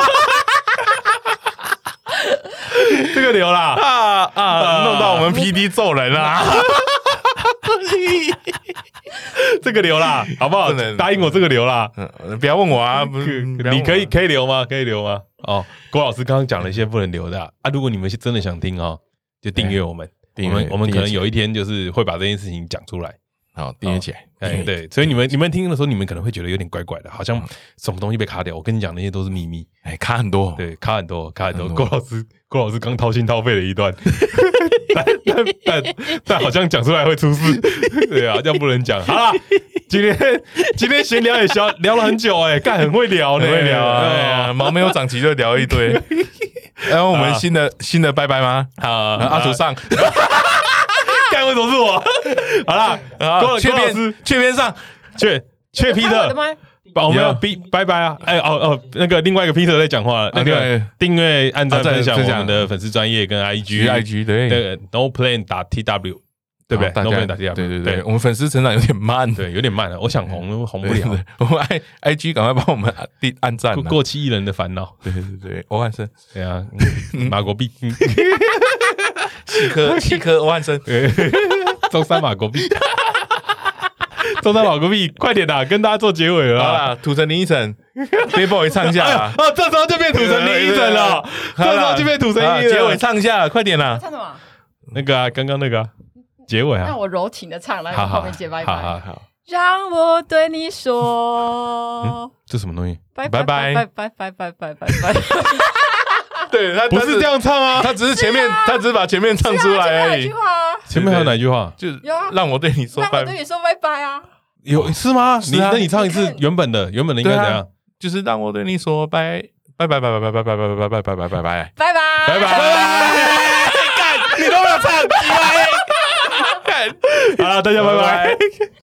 Speaker 1: 这个留啦，
Speaker 2: 啊啊弄到我们 PD 揍人啦。
Speaker 1: 啊这个留啦，好不好
Speaker 2: 真的？
Speaker 1: 答应我这个留啦。
Speaker 2: 嗯， 不要问我啊，不是
Speaker 1: 可 你可以，可以留吗？可以留吗？哦，郭老师刚刚讲了一些不能留的啊。啊如果你们是真的想听哦，就订阅我们，我
Speaker 2: 订阅
Speaker 1: 们我们
Speaker 2: 订阅
Speaker 1: 可能
Speaker 2: 起
Speaker 1: 有一天就是会把这件事情讲出来。
Speaker 2: 好，订阅起来。
Speaker 1: 哎，对，所以你们你们听的时候，你们可能会觉得有点怪怪的，好
Speaker 2: 嗯
Speaker 1: 像什么东西被卡掉。我跟你讲，那些都是秘密，
Speaker 2: 哎，卡很多，，
Speaker 1: 对，卡很多，卡很多。
Speaker 2: 很
Speaker 1: 郭
Speaker 2: 多
Speaker 1: 老师，郭老师刚掏心掏肺的一段， 但但但但好像讲出来会出事， 对啊，这样不能讲。好啦，今天今天闲聊也聊聊了很久、哎，干很会聊呢，
Speaker 2: 很会聊啊，
Speaker 1: 对
Speaker 2: 哎
Speaker 1: 啊
Speaker 2: 呀毛没有长齐就聊 一堆。然后我们新
Speaker 1: 啊
Speaker 2: 的新的拜拜吗？
Speaker 1: 好，
Speaker 2: 然后阿
Speaker 1: 那
Speaker 2: 祖上，
Speaker 1: 啊干为什么是我？ 好啦，郭
Speaker 2: 啊
Speaker 1: 老
Speaker 2: 雀
Speaker 1: 郭老师
Speaker 2: 边，雀边上，
Speaker 1: 雀雀
Speaker 3: 啊我的
Speaker 1: Peter，
Speaker 3: 麦，
Speaker 1: 把我们要
Speaker 2: 有
Speaker 1: B 拜拜啊！哎哦哦，那个另外一个 Peter 在讲话，那个
Speaker 2: 啊对
Speaker 1: 订阅、按赞、
Speaker 2: 啊对
Speaker 1: 分享
Speaker 2: 分
Speaker 1: 我
Speaker 2: 享
Speaker 1: 们的粉丝专业跟 IG
Speaker 2: IG 对
Speaker 1: 对 No Plan 打 TW 对不对
Speaker 2: 好大
Speaker 1: ？No
Speaker 2: 家
Speaker 1: Plan 打 TW
Speaker 2: 对对对，
Speaker 1: 对
Speaker 2: 我们粉丝成长有点慢，
Speaker 1: 对，有点慢啊了，我想红红不
Speaker 2: 对，
Speaker 1: 了，
Speaker 2: 我们 I I G 赶快帮我们按按赞啊
Speaker 1: 过，过气艺人的烦恼。
Speaker 2: 对对对，欧汉生，
Speaker 1: 对啊，嗯马 国币，嗯
Speaker 2: 七 颗七颗欧汉生，
Speaker 1: 中山马国币，中山马国币，快点啦，跟大家做结尾了
Speaker 2: 好
Speaker 1: 啦。
Speaker 2: 啦，土城林依晨，Big Boy 唱一下啦，
Speaker 1: 啊，这时候就 变土城林一啊整了，这
Speaker 2: 好啦
Speaker 1: 时候就变土城
Speaker 2: 好啦
Speaker 1: 林一整
Speaker 2: 结
Speaker 1: 了
Speaker 2: 尾唱一下啦，快点啦，
Speaker 3: 唱什么？
Speaker 1: 那个啊，刚刚那个啊结尾
Speaker 3: 那
Speaker 1: 啊，
Speaker 3: 我柔情的唱，来
Speaker 1: 好好
Speaker 3: 后面接拜
Speaker 1: 好
Speaker 3: 拜。
Speaker 1: 好，
Speaker 2: 好，
Speaker 3: 让我对你说，
Speaker 1: 这什么东西？
Speaker 3: 拜
Speaker 2: 拜
Speaker 3: 拜
Speaker 2: 拜
Speaker 3: 拜拜拜拜拜拜拜。
Speaker 2: 对他
Speaker 1: 不是这，样唱
Speaker 2: 他
Speaker 1: 啊，
Speaker 2: 他只是前面他只是把前面唱出
Speaker 3: 前面
Speaker 2: 来
Speaker 3: 还
Speaker 2: 而
Speaker 3: 有一
Speaker 2: 已
Speaker 3: 句，话啊，
Speaker 1: 前面还有哪句话？
Speaker 2: 就
Speaker 3: 有啊
Speaker 2: 让我对你说
Speaker 3: 让
Speaker 2: 拜
Speaker 3: 我对，你说拜拜啊！
Speaker 1: 有是吗？你
Speaker 2: 是啊
Speaker 1: 那你唱一次
Speaker 3: 你看
Speaker 1: 原本的，原本的应该
Speaker 2: 对啊
Speaker 1: 怎样？
Speaker 2: 就是让我对你说拜拜拜拜拜拜拜拜拜拜拜拜拜拜。
Speaker 3: 拜拜
Speaker 1: 拜拜，
Speaker 2: 干，你都没有唱，鸡歪。
Speaker 1: 好了，大家拜拜。